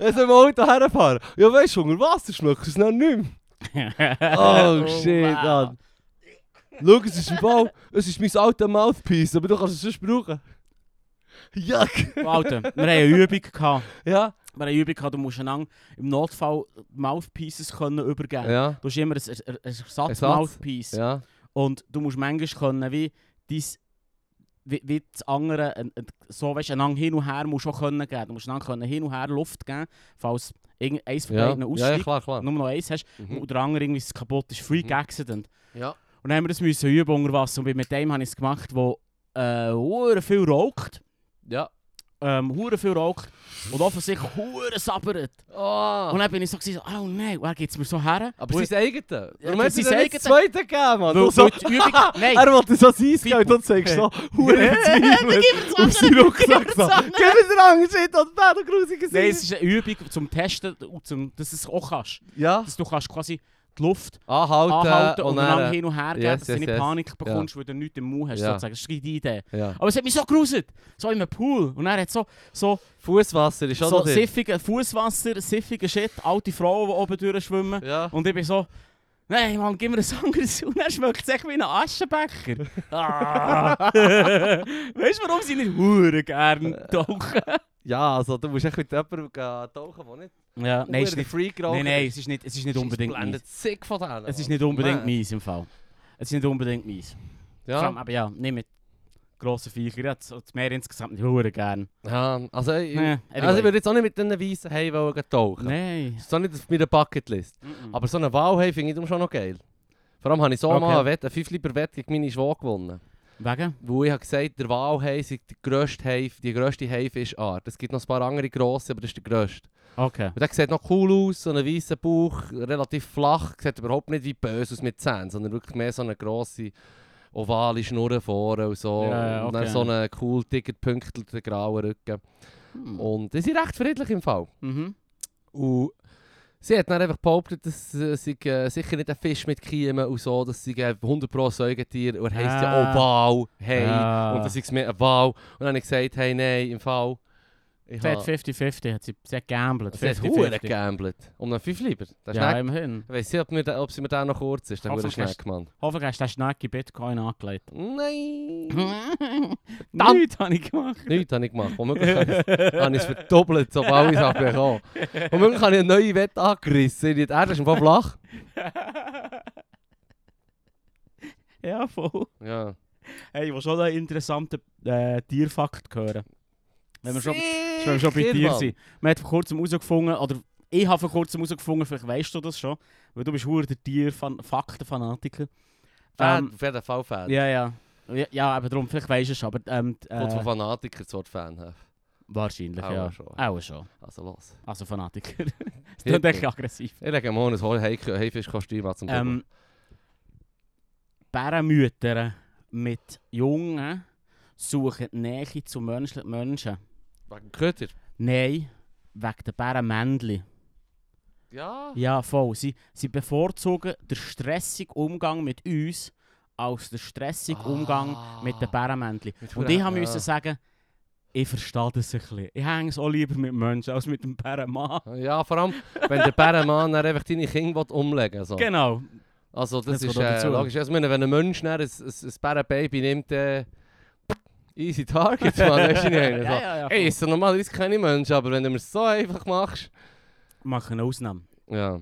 Wenn wir im Auto herfahren. Ja, weißt du, unter Wasser schmeckt es noch nicht mehr. nou Oh, shit, Mann. Schau, es ist ein Ball. Es ist mein alter Mouthpiece, aber du kannst es sonst brauchen. Ja, Wow. Alter, wir haben eine Übung gehabt. ja. Wir haben eine Übung gehabt, du musst einander im Notfall Mouthpieces können übergeben. Ja, Du hast immer ein, ein, ein Ersatz? Ersatz-Mouthpiece. ja. Und du musst manchmal können, wie dies wie, wie das andere, ein- ein- so weißt, einander hin und her musst du auch können geben. Du musst einander können hin und her Luft geben, falls irgendeins von Ja, beiden ja, ja, aussteigt, klar, klar. nur noch eins hast, Mhm. und der andere irgendwie ist kaputt ist. Freak Mhm. Accident. Ja. Und dann haben wir das müssen üben unter Wasser. Und mit dem habe ich es gemacht, wo äh, hure viel raucht. Ja. Ähm, hure viel raucht. Und offensichtlich hure sabbert. Und Oh. dann bin ich so, gewesen, so, oh nein, und dann gibt es mir so her. Und- Aber sein eigenes. Warum das hat sie ist sein denn nicht das eigenes. zweite gegeben, Mann? weil, Du so- weil die Übung... Nein! Er wollte so sein Fibu. Geld und sagst so, Hure verzweifelt. Gib Auf mir's seinen Rucksack Gib so. mir's an. Gib mir den anderen Shit und da, du grusiger Nein, es ist eine Übung zum Testen, und zum, dass du es auch kannst. Ja. eh, Dass du kannst quasi die Luft Anhalten, anhalten und und dann dann... hin und her geben, Yes, dass du yes, nicht yes. Panik bekommst, weil du nichts im Mund hast. Ja. Sozusagen. Das ist die Idee. Ja. Aber es hat mich so gruselt. So in einem Pool. Und er hat so, so, Fußwasser ist auch so noch drin. siffigen Fußwasser, siffigen Shit, alte Frauen, die oben durchschwimmen. Ja. Und ich bin so, nein Mann, gib mir ein anderes. Und dann schmeckt es echt wie ein Aschenbecher. ah. weißt du, warum sie nicht hure gerne tauchen? Ja, also du musst echt mit jemandem gehen tauchen, der nicht... Ja, nein, ist Hure nicht Freak raucht. Nein, nein, es ist nicht, es ist nicht unbedingt Es meins. blendet sick von denen. Es ist Mann. nicht unbedingt Man. meins im Fall. Es ist nicht unbedingt meins. Vor allem, Ja. aber ja, nicht mit grossen Viechern. Ja, das, das Meer insgesamt nicht hure gern. ja, also ich... Nee, Also ich anyway. würde jetzt auch nicht mit diesen weißen Haien wollen gehen tauchen. Nein. Das ist auch nicht auf meiner Bucketlist. Mhm. Aber so eine Walhai finde ich darum schon noch geil. Vor allem habe ich so Okay. mal eine Wette, eine 5 lieber Wette gegen meine Schwag gewonnen. Wegen? Weil ich habe gesagt, der Walhai ist die grösste, Haif, die grösste Haifischart. Es gibt noch ein paar andere grosse, aber das ist der grösste. Okay. Und der sieht noch cool aus, so einen weißen Bauch, relativ flach, sieht überhaupt nicht wie böse aus mit Zähnen, sondern wirklich mehr so eine grosse ovale Schnurre vorne und so. Ja, ja, Und dann okay. so einen cool, dicken, pünktelten, grauen Rücken. Hm. Und die sind recht friedlich im Fall. Mhm. Und sie hat dann einfach behauptet, dass äh, sie äh, sicher nicht ein Fisch mit Kiemen und so, dass sie äh, 100 Pro Säugetier und er heisst ja Ah. auch Wal, hey, Ah. äh, und dass ich es mir ein Wal. Und dann habe ich gesagt, hey, nein, im Fall, Ich Sie hat hab- 50-50, hat sie, sie hat gamblet. Sie hat verdammt gegambelt. Um einen 5 lieber. Der Ja, Schneck, immerhin. ich weiss nicht, ob, mir der, ob sie mir der noch kurz ist, der gute Hoffentlich hast- Schneckmann. Hoffentlich hast du den Schneck in Bitcoin angelegt. Nein! Nichts habe ich gemacht. Nichts habe ich gemacht. Womöglich habe ich es- habe ich es verdoppelt, sobald ich es habe bekommen. Womöglich habe ich eine neue Wette angerissen. Die Erde ist im Fall flach. ja, voll. Ja. Hey, ich will schon einen interessanten äh, Tierfakt hören. Wenn wir schon, wenn wir schon bei Sicher, Tier Mann. sind. Man hat vor kurzem herausgefunden, oder ich habe vor kurzem herausgefunden, vielleicht weißt du das schon, weil du bist hure der Tier-Faktenfanatiker. Fan, Ähm, auf jeden Fall Fan. Ja, ja. Ja, ja aber darum, vielleicht weißt du es schon, aber ähm, d- Kommt von äh, Fanatikern zu Wort Fan. haben. wahrscheinlich, Auch ja. schon. Auch schon. Also los. Also Fanatiker. das klingt echt aggressiv. Ich lege mal ein Heu- Heiko- Haifischkostüm an zum Doppel. Ähm, Bärenmütter mit Jungen suchen die Nähe zu menschlichen Menschen. Wegen Köder. Nein, wegen der Bärenmännchen. Ja. Ja, voll. Sie, sie bevorzugen den stressigen Umgang mit uns als den stressigen Umgang mit den Bärenmännchen. Mit Und Huren- ich habe Ah. ja. müssen sagen, ich verstehe das ein bisschen. Ich hänge es auch lieber mit Menschen als mit dem Bärenmann. Oh, Ja, vor allem, wenn der Bärenmann dann einfach deine Kinder will umlegen will. So. Genau. Also das, Das ist kommt auch äh, dazu. logisch. Also, ich meine, wenn ein Mensch dann ein, ein, ein Bärenbaby nimmt, äh, easy target, man. Weißt du nicht? Also, ja, ja, ja. Ey, ist normalerweise keine Mensch, aber wenn du es so einfach machst... Mach eine Ausnahme. Ja.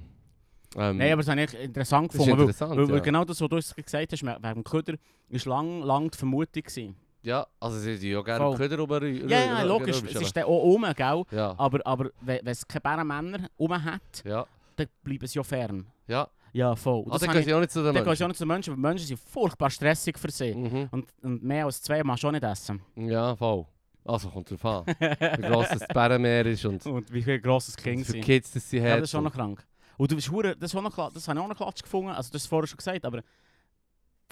Ähm, Nein, aber das habe ich Ehm, interessant das ist gefunden. weil- interessant, Weil, weil ja. genau das, was du jetzt gesagt hast, wegen dem Köder, war lang, lang die Vermutung. gewesen. ja, also sie sind ja gerne Voll. Köder oben Ja, ja, logisch, es ist dann auch rum, gell? Ja, Aber, aber wenn wenn es keine Bärenmänner rum hat, ja, dann bleiben sie ja fern. ja. Oh, Ja, voll. Und Ah, dann habe gehst du ja auch nicht zu den Dann gehst du Menschen. auch nicht zu den Menschen, weil die Menschen sind furchtbar stressig für sie. Mhm. Und, und mehr als zwei machst du auch nicht essen. Ja, voll. Also kommt drauf an, wie gross das Bärenmeer ist und Und wie viel grosses wie Kind viele sind. Kids das sie hat. Ja, das ist schon und- noch krank. Und du bist hure, das, ist auch noch, kla- das habe ich auch noch klatsch gefunden, also das hast du vorher schon gesagt, aber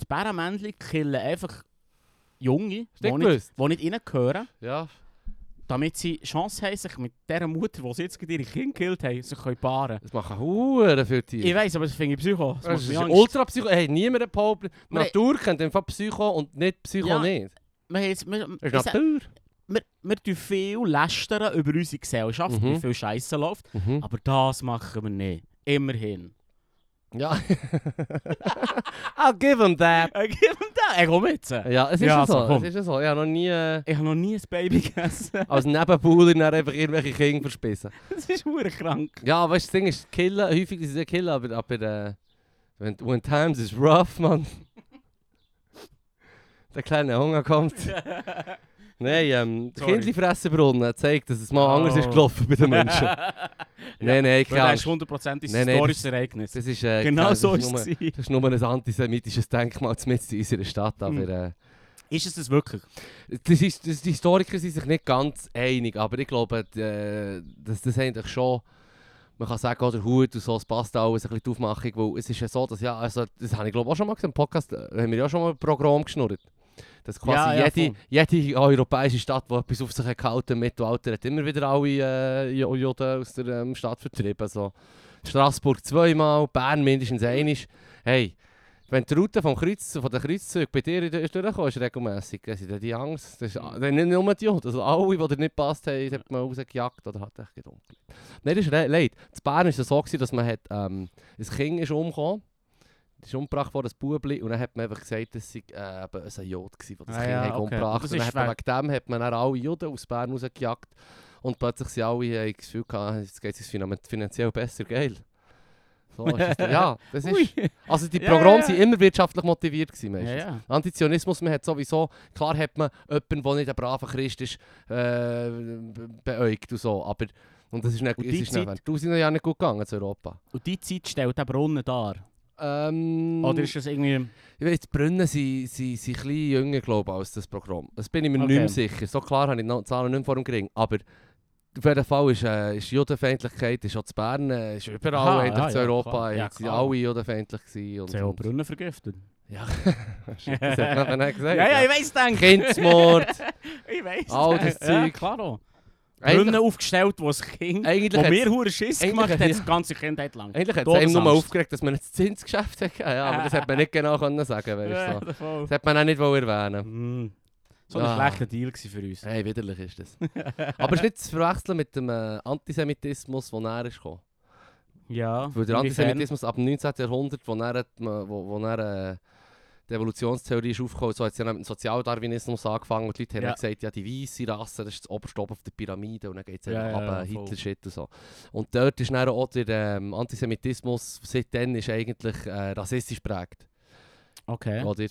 die Bärenmännchen killen einfach Junge, Hast du die nicht nicht, gewusst? die nicht reingehören, Ja, damit sie Chance haben, sich mit dieser Mutter, die sie jetzt gerade ihre Kinder gekillt haben, sich können paaren das machen Huren viele Tiere. Ich weiß, aber das finde ich Psycho. Das Das macht ist mich ein Angst. ultra Psycho. Hey, niemand hat behauptet. Nee. Natur kennt einfach Psycho und nicht Psycho Ja, nicht. Wir, haben jetzt- wir, Das ich ist sag- Natur. wir, wir tun viel lästern über unsere Gesellschaft, Mhm. wie viel Scheiße läuft. Mhm. Aber das machen wir nicht. Immerhin. Ja. I'll give him that. Äh, Gib ihm das. Ey, komm jetzt. Ich Ja, es ist Ja, ja, also, so. komm. Es ist ja so. Ich habe noch nie äh, habe noch nie ein Baby gegessen. als Nebenbuhler dann einfach irgendwelche Kinder verspissen. Das ist hure krank. Ja, weißt du, das Ding ist, killen, häufig sind sie killen, aber, aber äh, when, when times is rough, man. Der kleine Hunger kommt. Nein, ähm, der Sorry. Kindlifressenbrunnen zeigt, dass es mal anders ist Oh. gelaufen bei den Menschen. Nein, nein, Weil das keine ist hundertprozentig ein Nein, nein, historisches Ereignis. Das ist, äh, genau das so ist ist nur, es. gewesen. Das ist nur ein antisemitisches Denkmal mitten in unserer Stadt. Aber, Mhm. äh, Ist es das wirklich? das ist, das, die Historiker sind sich nicht ganz einig, aber ich glaube, d- äh, das, das eigentlich schon. Man kann sagen, oh, der Hut und so, es passt alles, ein bisschen die Aufmachung, weil es ist ja so, dass ja, also, das habe ich glaube auch schon mal gesehen, im Podcast, äh, haben wir ja schon mal ein Programm geschnurrt. Dass quasi Ja, ja, jede, jede europäische Stadt, die etwas auf sich hat gehalten hat, Mittelalter, hat immer wieder alle äh, Jo- Juden aus der ähm, Stadt vertrieben. So. Straßburg zweimal, Bern mindestens einmal. Hey, wenn die Route vom Kreuz, von den Kreuzzügen bei dir in- ist durchgekommen ist, regelmässig, dann sind dann die Angst. Mhm. Das ist, das sind nicht nur die Juden, also alle, die dir nicht gepasst haben, hat man rausgejagt oder hat echt gedunkelt. Nein, das ist le- leid. In Bern war es so, gewesen, dass man hat, ähm, ein Kind ist umgekommen ist umgebracht worden, ein Bubli, und dann hat man einfach gesagt, das sei äh, eben ein Jod gewesen, der das Ah Kind ja, hat okay. umgebracht Das Und dann ist hat man wegen dem hat man dann alle Juden aus Bern rausgejagt. Und plötzlich sind alle äh, das Gefühl gehabt, jetzt geht es uns finan- finanziell besser, geil. So ist es dann. Ja, das ist... Ui. Also die Ja, Programme ja. waren immer wirtschaftlich motiviert gewesen, Ja, meistens. ja. Antizionismus, man hat sowieso, klar hat man jemanden, der nicht ein braver Christ ist, äh, be- beäugt und so, aber und das ist nicht, Und es die ist nicht, Zeit- während tausenden Jahren nicht gut gegangen zu Europa. Und die Zeit stellt der Brunnen dar. Ähm, Oder ist das irgendwie... ich weiss, die Brunnen sind, sind, sind ein bisschen jünger, glaube ich, als das Programm. Das bin ich mir Okay. nicht mehr sicher. So klar habe ich die Zahlen nicht mehr vor dem Gring, aber auf jeden Fall ist, äh, ist Judenfeindlichkeit, ist auch zu Bern, äh, ist überall Aha, eigentlich ja, zu ja, Europa, klar. Ja, jetzt sind klar. alle Judenfeindlich gewesen. Und, Sie haben und, Brunnen vergiftet. Ja, Shit, das hat man nicht gesagt. weiss denk. Kindsmord. Ich weiss All denk. das Ja, Zeug. klar auch. Brunnen eigentlich aufgestellt, wo das Kind... eigentlich um- Wo hat's- mir hure Schiss eigentlich gemacht hat, hat's- die ganze Kindheit lang. eigentlich hat es einem Todesangst. nur aufgeregt, dass man ein Zinsgeschäft hat. gegeben. Ja, aber das hat man nicht genau können sagen, weißt du. So. Ja, voll. Das hat man auch nicht wollen erwähnen. Mm. So ein Ah. schlechter Deal gewesen für uns. Hey, widerlich ist das. Aber es ist nicht zu verwechseln mit dem äh, Antisemitismus, der näher ist gekommen. Ja. Weil der inwiefern? Antisemitismus ab dem 19. Jahrhundert, wo dann, die- wo, wo dann äh, die Evolutionstheorie ist aufgekommen, so hat es ja dann mit dem Sozialdarwinismus angefangen und die Leute haben Ja. dann gesagt, ja die weiße Rasse, das ist das oberste Oben auf der Pyramide und dann geht es Ja, einfach ja, ab, äh, ja, voll. Hitler-Shit und so. Und dort ist dann auch der ähm, Antisemitismus, seitdem ist eigentlich äh, rassistisch geprägt, Okay. oder?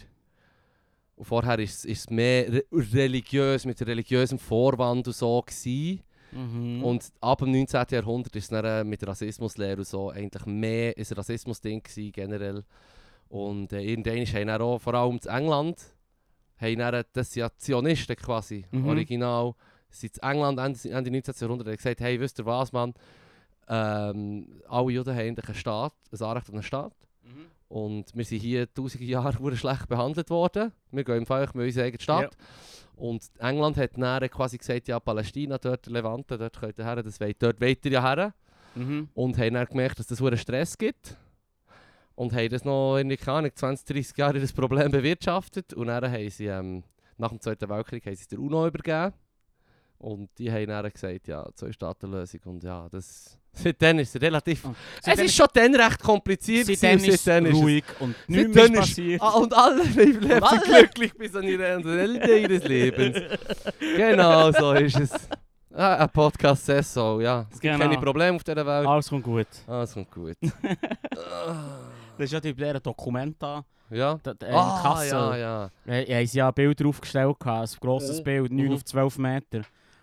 Und vorher war es mehr re religiös, mit religiösem Vorwand und so. Gewesen. Mhm. Und ab dem 19. Jahrhundert ist es dann äh, mit Rassismuslehre und so eigentlich mehr ein Rassismus-Ding gewesen, generell. Und äh, irgendwann haben dann auch, vor allem in England, haben dann, äh, das sind ja Zionisten quasi, Mhm. original, sind in England Ende, Ende 19. Jahrhundert haben gesagt, hey, wisst ihr was, Mann, ähm, alle Juden haben eigentlich einen Staat, ein Anrecht auf einen Staat. Mhm. Und wir sind hier tausende Jahre verdammt schlecht behandelt worden. Wir gehen im Fall mit unserer eigenen Stadt. Ja. Und England hat dann quasi gesagt, ja, Palästina, dort der Levante, dort könnt ihr her, das wollt, dort wollt ihr ja her. Mhm. Und haben dann gemerkt, dass das einen Stress gibt. Und haben das noch, irgendwie, keine Ahnung, 20, 30 Jahre das Problem bewirtschaftet. Und dann haben sie, ähm, nach dem Zweiten Weltkrieg, haben sie es der UNO übergeben. Und die haben dann gesagt, ja, Zwei-Staaten-Lösung. Und ja, das... Seitdem ist es relativ... es Seitdem ist schon dann recht kompliziert seitdem gewesen, ist seitdem es ist es- ruhig und nichts Seitdem mehr ist- passiert. Ah, und alle bleiben alle- glücklich bis an ihre ans Ende ihres Lebens. genau so ist es. Ah, ein Podcast Saison, ja. Es gibt Genau. keine Probleme auf dieser Welt. Alles kommt gut. Ah, es kommt gut. Das ist ja die der Dokumenta ja? da- da- in ah, ja, Kassel. ja. Ja, ja. Haben sie ja Bilder aufgestellt, gehabt, ein grosses Mhm. Bild, 9 Mhm. auf 12 Meter.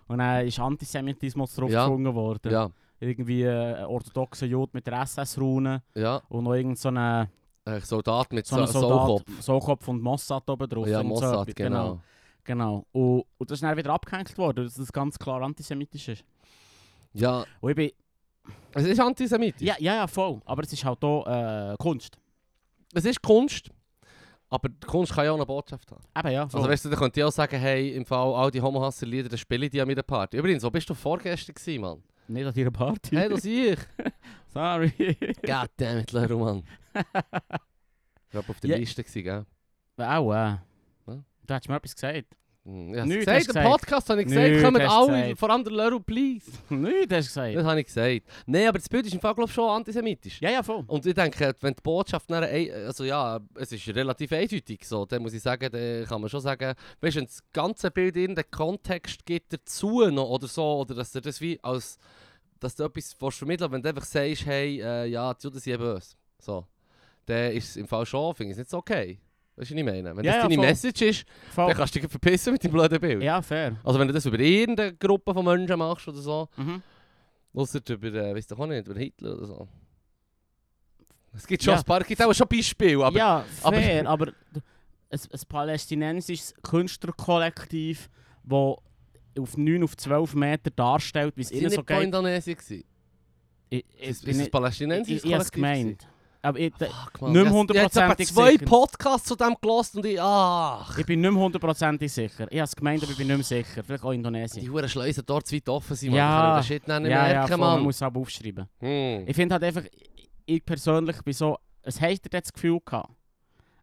Und dann ist Antisemitismus Ja. draufgefunden worden. Ja, Irgendwie äh, ein orthodoxer Jude mit der SS-Rune ja. und noch irgendein so ein Ein Soldat mit so so ein Saukopf. Soldat, Sokop von Mossad oben drauf. Ja, Irgend so Mossad, etwas, genau. genau. Und, und das ist dann wieder abgehängt worden, dass das ganz klar antisemitisch ist. Ja, Und ich bin, es ist antisemitisch. ja, ja, ja, voll. Aber es ist halt auch äh, Kunst. Es ist Kunst, aber die Kunst kann ja auch eine Botschaft haben. Eben ja, voll. Also weißt du, da könnte ich auch sagen, hey, im Fall all die Homohasser-Lieder, das spiele ich die an meiner Party. Übrigens, wo bist du vorgestern gewesen, Mann? Nicht an deiner Party. Hey, das sehe ich. Sorry. God damn it, Leroy, Mann. Ich war auf der Ja. Liste, gewesen, gell? Au, äh. Was? Du hättest mir etwas gesagt. Hm, Ich hab's Nichts hast gesagt, du im gesagt. Podcast habe ich gesagt, Nichts kommen hast du alle, gesagt. vor allem der Leroy, please. Nichts hast du gesagt. Das habe ich gesagt. Nein, aber das Bild ist im Fall, glaube ich, schon antisemitisch. Ja, ja, voll. Und ich denke, wenn die Botschaft nachher, ein- also ja, es ist relativ eindeutig so, dann muss ich sagen, dann kann man schon sagen, weißt du, wenn das ganze Bild irgendeinen Kontext gibt dazu noch oder so, oder dass du das wie als, dass du etwas willst vermitteln wenn du einfach sagst, hey, äh, ja, die Juden sind ja böse, so, dann ist es im Fall schon, finde ich es nicht so okay. Weißt du, was ich meine? Wenn Ja, ja, das deine voll. Message ist, voll. dann kannst du dich verpissen mit dem blöden Bild. Ja, fair. Also wenn du das über irgendeine Gruppe von Menschen machst oder so, Mhm. Ausser über, äh, weiss doch auch nicht, über Hitler oder so. Es gibt schon Ja. ein paar, es gibt auch schon Beispiele, aber ja, aber- fair, aber, d- ein, ein palästinensisches Künstlerkollektiv, das auf 9 auf 12 Meter darstellt, wie es sind ihnen nicht so von geht. Indonesien gewesen. Ich, ich, Ist, bin ist es nicht- ich, palästinensisches ich, ich hab's Kollektiv gewesen? gemeint. Aber ich, d- Fuck, Mann. Nicht Ich hab's- hundertprozentig Ich habe zwei sicher. Podcasts zu dem gelost und ich, ah, ach. ich bin nicht mehr hundertprozentig sicher. Ich habe es gemeint, aber ich bin nicht mehr sicher. Vielleicht auch Indonesien. Die Huren Schleusen dort zu weit offen sind, Mann. Ja. Ich kann mir den Shit nicht ja, ja, merken, voll, man Mann. muss es aber aufschreiben. Hm. Ich finde halt einfach, ich persönlich bin so, es hat er das Gefühl gehabt.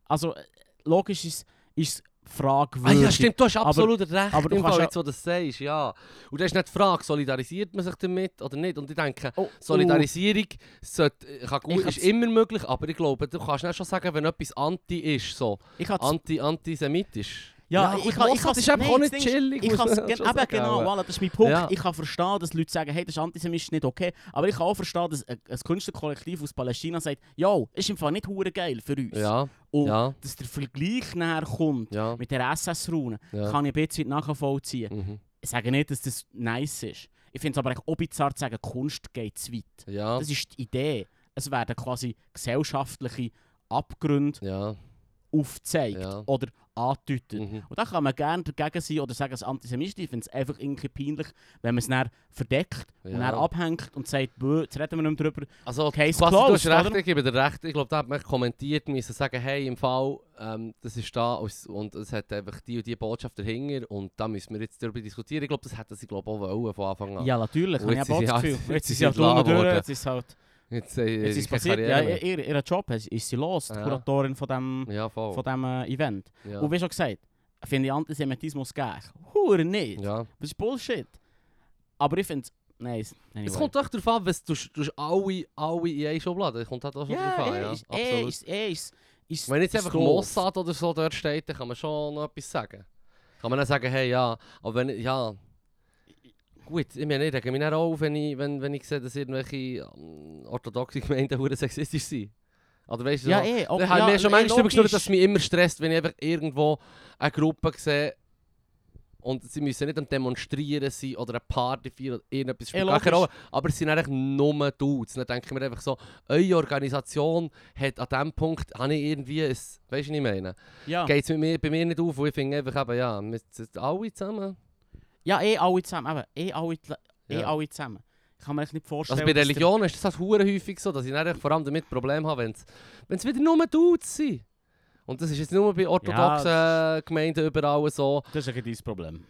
Also, äh, logisch ist ist es Ah fragwürdig. ja, stimmt, du hast Aber- absolut recht, aber du im kannst Fall, ja- jetzt, wo du das sagst, ja. Und das ist nicht die Frage, solidarisiert man sich damit oder nicht? Und ich denke, Oh, oh. Solidarisierung sollte, äh, kann Ich gut, ist hab's- immer möglich, aber ich glaube, du kannst nicht schon sagen, wenn etwas anti ist, so Ich hab's- anti antisemitisch. Ja, ich kann- ich das kann's- ist einfach nee, auch das nicht Ding ist, chillig. Ich muss kann man es schon sagen, genau, aber- voilà, das ist mein Punkt. Ja. Ich kann verstehen, dass Leute sagen, hey, das ist antisemitisch nicht okay. Aber ich kann auch verstehen, dass ein, ein Künstlerkollektiv aus Palästina sagt, yo, ist im Fall nicht hure geil für uns. Ja, Und ja, dass der Vergleich nachher kommt ja, mit der SS-Rune, ja. kann ich ein bisschen nachvollziehen. Mhm. Ich sage nicht, dass das nice ist. Ich finde es aber echt auch bizarr zu sagen, Kunst geht zu weit. Ja, Das ist die Idee. Es werden quasi gesellschaftliche Abgründe ja, aufgezeigt Ja. oder angedeutet. mhm. Und da kann man gerne dagegen sein oder sagen, es ist antisemitisch. Ich finde es einfach irgendwie peinlich, wenn man es dann verdeckt und Ja. dann abhängt und sagt, «Bö, jetzt reden wir nicht mehr drüber. Also, Case Quasi, du hast closed, recht, oder? ich gebe dir recht. Ich glaube, da hat man kommentiert müssen, sagen, hey, im Fall, ähm, das ist da aus- und es hat einfach die und die Botschaft dahinter und da müssen wir jetzt darüber diskutieren. Ich glaube, das hätten sie glaube ich, auch wollen von Anfang an. Ja, natürlich. Und habe Ich jetzt habe auch sind das sie- Gefühl. jetzt Jetzt sind ist sie sie halt unten entlassen durch, worden. jetzt ist halt... Jetzt, äh, Jetzt ist es keine passiert. Ja, Karriere mehr. ihr, ihr- ihr Job ist, ist sie los, die Ja. Kuratorin von diesem Ja, voll. von dem, äh, Event. ja. Und wie schon gesagt, finde ich Antisemitismus gleich. Hure nicht. Ja. Das ist Bullshit. Aber ich finde es. Nein, es- anyway. Es kommt doch darauf an, wenn du, du alle, alle in eine Schublade Es kommt halt auch schon ja, drauf an. eh, Ja, ist, eh, absolut. ist, eh, ist, ist, Wenn jetzt ist einfach doof. Mossad oder so dort steht, dann kann man schon noch etwas sagen. Kann man dann sagen, hey, ja, aber wenn, ja... Gut, ich meine, ich rege mich dann auch auf, wenn ich, wenn, wenn ich sehe, dass irgendwelche ähm, orthodoxe Gemeinden hure sexistisch sind. Oder weißt du, Ja, so, eh. Da Ob, habe ich ja, mir schon manchmal darüber logisch. geschnurrt, dass es mich immer stresst, wenn ich einfach irgendwo eine Gruppe sehe und sie müssen nicht am Demonstrieren sein oder eine Party feiern oder irgendetwas. spielt gar keine logisch. Rolle. Aber es sind eigentlich nur Dudes. Dann denke ich mir einfach so, eure Organisation hat an diesem Punkt, habe ich irgendwie ein, weißt du, was ich meine? Ja. Geht es mit mir, bei mir nicht auf, wo ich finde einfach eben, ja, wir sind alle zusammen. ja, eh alle zusammen. Eben, eh, alle, eh Ja. alle zusammen. Ich kann mir echt nicht vorstellen. Also bei dass der- Religionen ist das halt hure häufig so, dass ich dann vor allem damit Probleme habe, wenn es- wenn es wieder nur Dudes sind. Und das ist jetzt nur bei orthodoxen äh, Gemeinden überall so. Das ist ein dein Problem.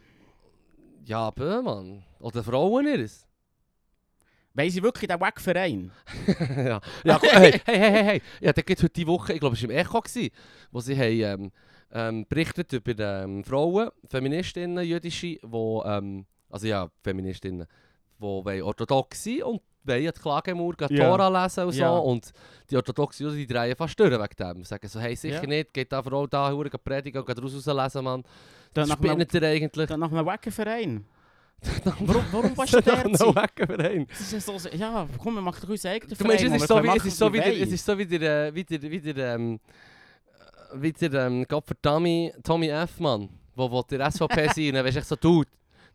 Ja, aber Mann. Oder Frauen ist Weiss ich wirklich den Wackverein? ja. ja, gu- hey, hey, hey, hey, hey. Ja, da gibt heute die Woche, ich glaube, es war im Echo, gewesen, wo sie haben, ähm, ähm, berichtet über ähm, Frauen, Feministinnen, jüdische, eh, wo, ähm, also ja, Feministinnen, die wollen orthodox sind und wollen an die Klagemauer gehen Ja. Tora lesen und so. Ja. Und die orthodoxen Juden, die drehen fast durch wegen dem. Sagen so, hey, sicher Ja. nicht, geht da Frau da, hure geht predigen, geht raus rauslesen, Mann. Dann Das nach einem, spinnt ihr eigentlich. dann nach einem Wackverein. warum warum willst du Nach dort einem sein? Wacken-Verein. Das ist ja so, ja, komm, wir machen doch unseren eigenen Du meinst, Verein, es wo wir ist so können wie, machen, es ist was so wie, wir der, es wollen. ist so wie der, äh, wie der, wie der, ähm, äh, wie der, ähm, Gott für Tommy, Tommy F. Mann, wo, wo der SVP sein, und dann weisst du echt so, Dude,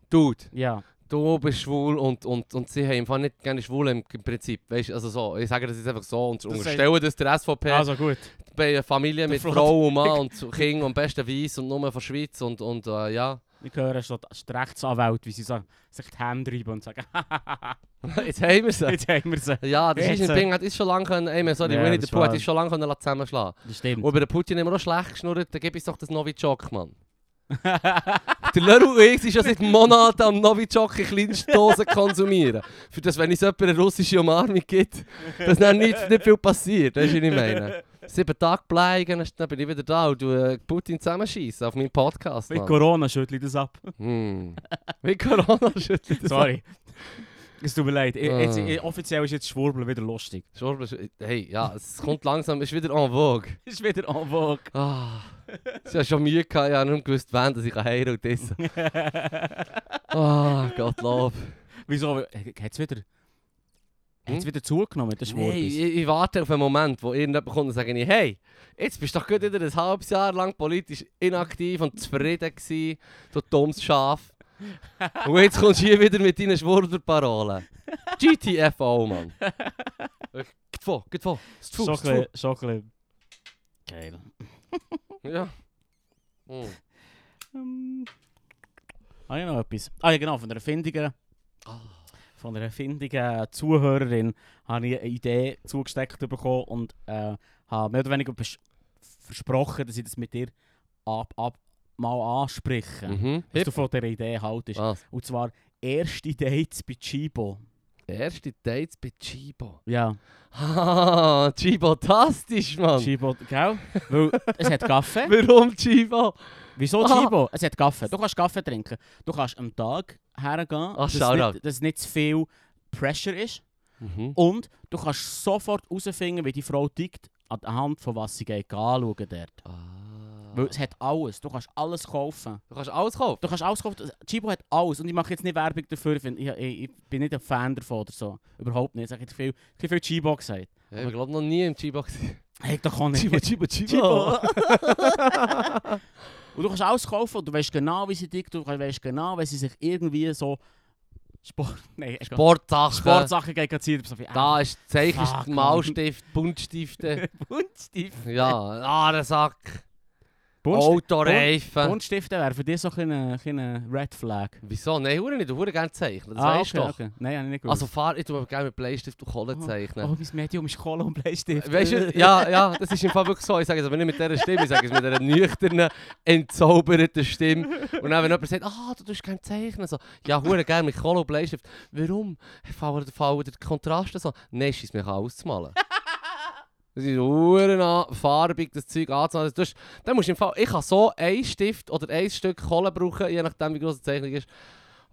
Dude, Ja, du bist schwul und, und, und sie haben im Fall nicht gerne schwul im im Prinzip, weißt du, also so, ich sage das jetzt einfach so und Das unterstelle, dass der SVP also gut. bei einer Familie mit Frau- Frau und Mann und Kind am besten weiss und nur von der Schweiz und, und äh, ja, Ich höre schon die Rechtsanwälte, wie sie so, sich die Hände reiben und sagen, jetzt haben wir sie. jetzt haben wir sie. Ja, das ist Jetzt, ein äh, Ding, hat ist schon lange können, ey, man, sorry, Ja, Winnie das the Pooh hat war- ist schon lange können lassen zusammenschlagen. Das stimmt. Und bei der Putin immer auch schlecht geschnurrt, dann gebe ich doch das Novichok, Mann. der Leru und ich sind schon seit Monaten am Novichok in kleinsten Dosen konsumieren. Für das, wenn es jemand eine russische Umarmung gibt, dass dann nicht, nicht viel passiert, weißt du, was ich meine? Sieben Tage bleiben, dann bin ich wieder da und du äh, Putin zusammenschießen auf meinem Podcast, Mit Mann. Corona schüttle ich das ab. Hm. Wie Corona schüttelt das Sorry. Es tut mir leid. Ich, Ah. jetzt, ich, offiziell ist jetzt Schwurbeln wieder lustig. Schwurbel, schw- Hey, ja, es kommt langsam, ist wieder en vogue. Ist wieder en vogue. Ah, ich habe schon Mühe gehabt, ich habe nicht gewusst, wann dass ich heiraten kann. Ah, Gottlob. Wieso? Hat es wieder, hat's Hm? wieder zugenommen mit den Nee, Schwurbis? ich, ich warte auf einen Moment, wo irgendjemand kommt und sagt, mir, hey, jetzt bist du doch gut wieder ein halbes Jahr lang politisch inaktiv und zufrieden gewesen, du dummes Schaf. Und jetzt kommst du hier wieder mit deinen Schwurbelparolen. GTFO, Mann. Geht vor, geht vor. Ist zu, Schon ein ist zu. bisschen- schon ein bisschen- Geil. Ja. Hm. Ähm, Habe ich noch etwas? Ah ja genau, von einer findigen, Ah. von einer findigen Zuhörerin habe ich eine Idee zugesteckt bekommen und äh, habe mehr oder weniger besch- versprochen, dass ich das mit dir ab, ab, mal anspreche. Mhm. Was Hip. Ah. du von dieser Idee haltest. Was? Und zwar erste Dates bei Chibo. Erste Dates bei Chibo. Ja, Ah, Chibo-tastisch, Mann. Chibo, gell? Weil es hat Kaffee. Warum Chibo? Wieso Ah. Chibo? Es hat Kaffee. Du kannst Kaffee trinken. Du kannst am Tag hergehen, Ah, dass, Shoutout. nicht, dass nicht zu viel Pressure ist. Mhm. Und du kannst sofort herausfinden, wie die Frau tickt, anhand von was sie geht anschauen dort. Ah. Weil es hat alles. Du kannst alles kaufen. Du kannst alles kaufen. Du kannst alles kaufen. Chibo hat alles. Und ich mache jetzt nicht Werbung dafür. Ich, finde- ich, ich, ich bin nicht ein Fan davon oder so. Überhaupt nicht. Ich habe viel, ich hab viel Chibo gesagt. Ja, ich glaube noch nie im Chibo gesehen. Hey, doch kann ich. Chibo, Chibo. Und du kannst alles kaufen und du weißt genau, wie sie tickt, du weißt genau, wenn sie sich irgendwie so Sport. Nein, Sport Sportsachen. Sportsachen gegen ziehen. So wie, ah, Da ist zeichnest Fuck, du Malstift, Buntstifte. Buntstift. ja, ah, Ahrensack, Buntstift. Autoreifen. Buntstifte wäre für dich so ein kleiner eh, Red Flag. Wieso? Nein, Hure nicht. Hure gerne zeichnen. Das Ah, weißt okay, du doch. okay. Nein, habe ich nicht gewusst. Also fahr, ich tue gerne mit Bleistift und Kohle Oh, zeichnen. oh, mein Medium ist Kohle und Bleistift. Weißt du, ja, ja, das ist im Fall wirklich so. Ich sage es aber nicht mit dieser Stimme, ich sage es mit dieser nüchternen, entzauberten Stimme. Und dann, wenn jemand sagt, ah, du tust gerne zeichnen, so, ja, hure gerne mit Kohle und Bleistift. Warum? Fallen, fallen der Kontrast so? Nein, scheiss, mir kann auszumalen. Das ist hure farbig, das Zeug anzunehmen. Du hast- Dann musst du im Fall, ich kann so einen Stift oder ein Stück Kohle brauchen, je nachdem wie groß die Zeichnung ist.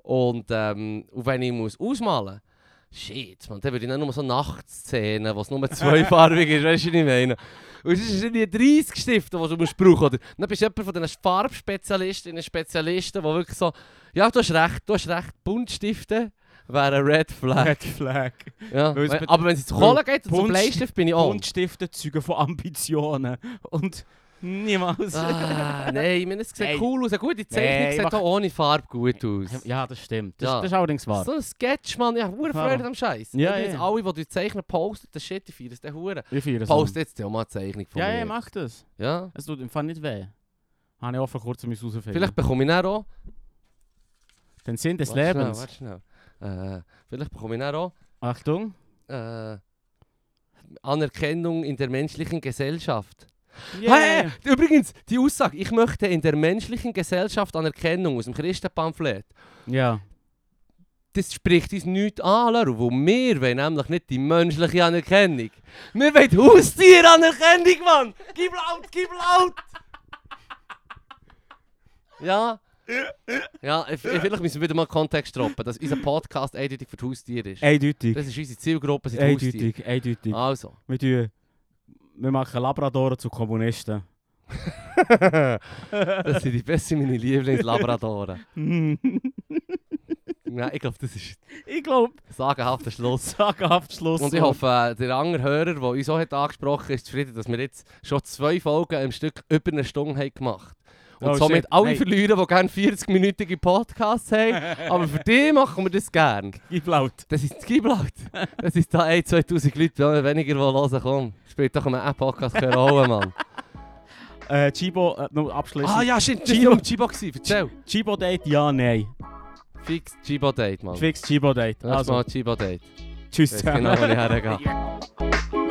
Und, ähm, und wenn ich muss ausmalen shit, man, dann würde ich dann nur so Nachtszenen, wo es nur zweifarbig ist, weißt du, was ich meine? Und es ist irgendwie 30 Stifte, die du musst brauchen oder? Dann bist du jemand von diesen Farbspezialistinnen, Spezialisten, die wirklich so, ja, du hast recht, du hast recht, Buntstifte wären Red Flag. Red Flag. Ja. Weil es bet- Aber wenn es zu Kohle geht und zum Buntstift- Bleistift, bin ich auch. Buntstifte zeugen von Ambitionen. Und niemals. Ah, nein, ich meine, es sieht Nein. cool aus. Eine gute Zeichnung Nein, sieht mach- auch ohne Farbe gut aus. Ja, das stimmt. Das, Ja. das ist allerdings wahr. So ein Sketch, Mann. Ich habe hure Klar. Freude am Scheiß. Ja, Übrigens, ja. alle, die du zeichnen, posten, das Shit, die feiern es dann hure. Wir feiern es Post jetzt ja mal eine Zeichnung von Ja, dus. mir. ja, mach das. Ja. Es tut im Fall nicht weh. Habe ich auch vor kurzem herausfinden. Vielleicht bekomme ich dann auch... Den Sinn des Warte schnell, Lebens. warte schnell. Äh, vielleicht bekomme ich dann auch... Achtung. Äh, Anerkennung in der menschlichen Gesellschaft. Yeah. Hey, übrigens, die Aussage, ich möchte in der menschlichen Gesellschaft Anerkennung aus dem Christenpamphlet. Ja. das spricht uns nichts an, Laro, weil wir wollen nämlich nicht die menschliche Anerkennung. Wir wollen Haustieranerkennung, Mann! Gib laut, gib laut! Ja. Ja, ich- ich- vielleicht müssen wir wieder mal Kontext droppen, dass unser Podcast eindeutig für die Haustiere ist. Eindeutig. Das ist unsere Zielgruppe, sind die Haustiere. Eindeutig. Eindeutig. Also. Wir, tun, wir machen Labradoren zu Kommunisten. das sind die besten meine Lieblingslabradoren. Ja, ich glaube, das ist ich glaube, ein sagenhafter Schluss. sagenhaft Schluss. Und ich hoffe, äh, der andere Hörer, der uns auch hat angesprochen hat, ist zufrieden, dass wir jetzt schon zwei Folgen im Stück über eine Stunde haben gemacht Und Oh, somit shit. alle Nein. verlieren, die gerne 40-minütige Podcasts haben. Aber für die machen wir das gerne. Gib laut. Das ist das Giblatt. Das ist da 1 2000 Leute weniger, die hören. Komm, spielt doch mal einen Podcast keine Rolle, Mann. Äh, Chibo, äh, noch abschließend. ah ja, stimmt. Das war um Chibo. gewesen. Erzähl. Chibo Date, ja, nein. Fix Chibo-Date, Mann. Fix Chibo Date. Lass Also, mal Chibo-Date. tschüss Ich weiss genau, wo ich hergehe.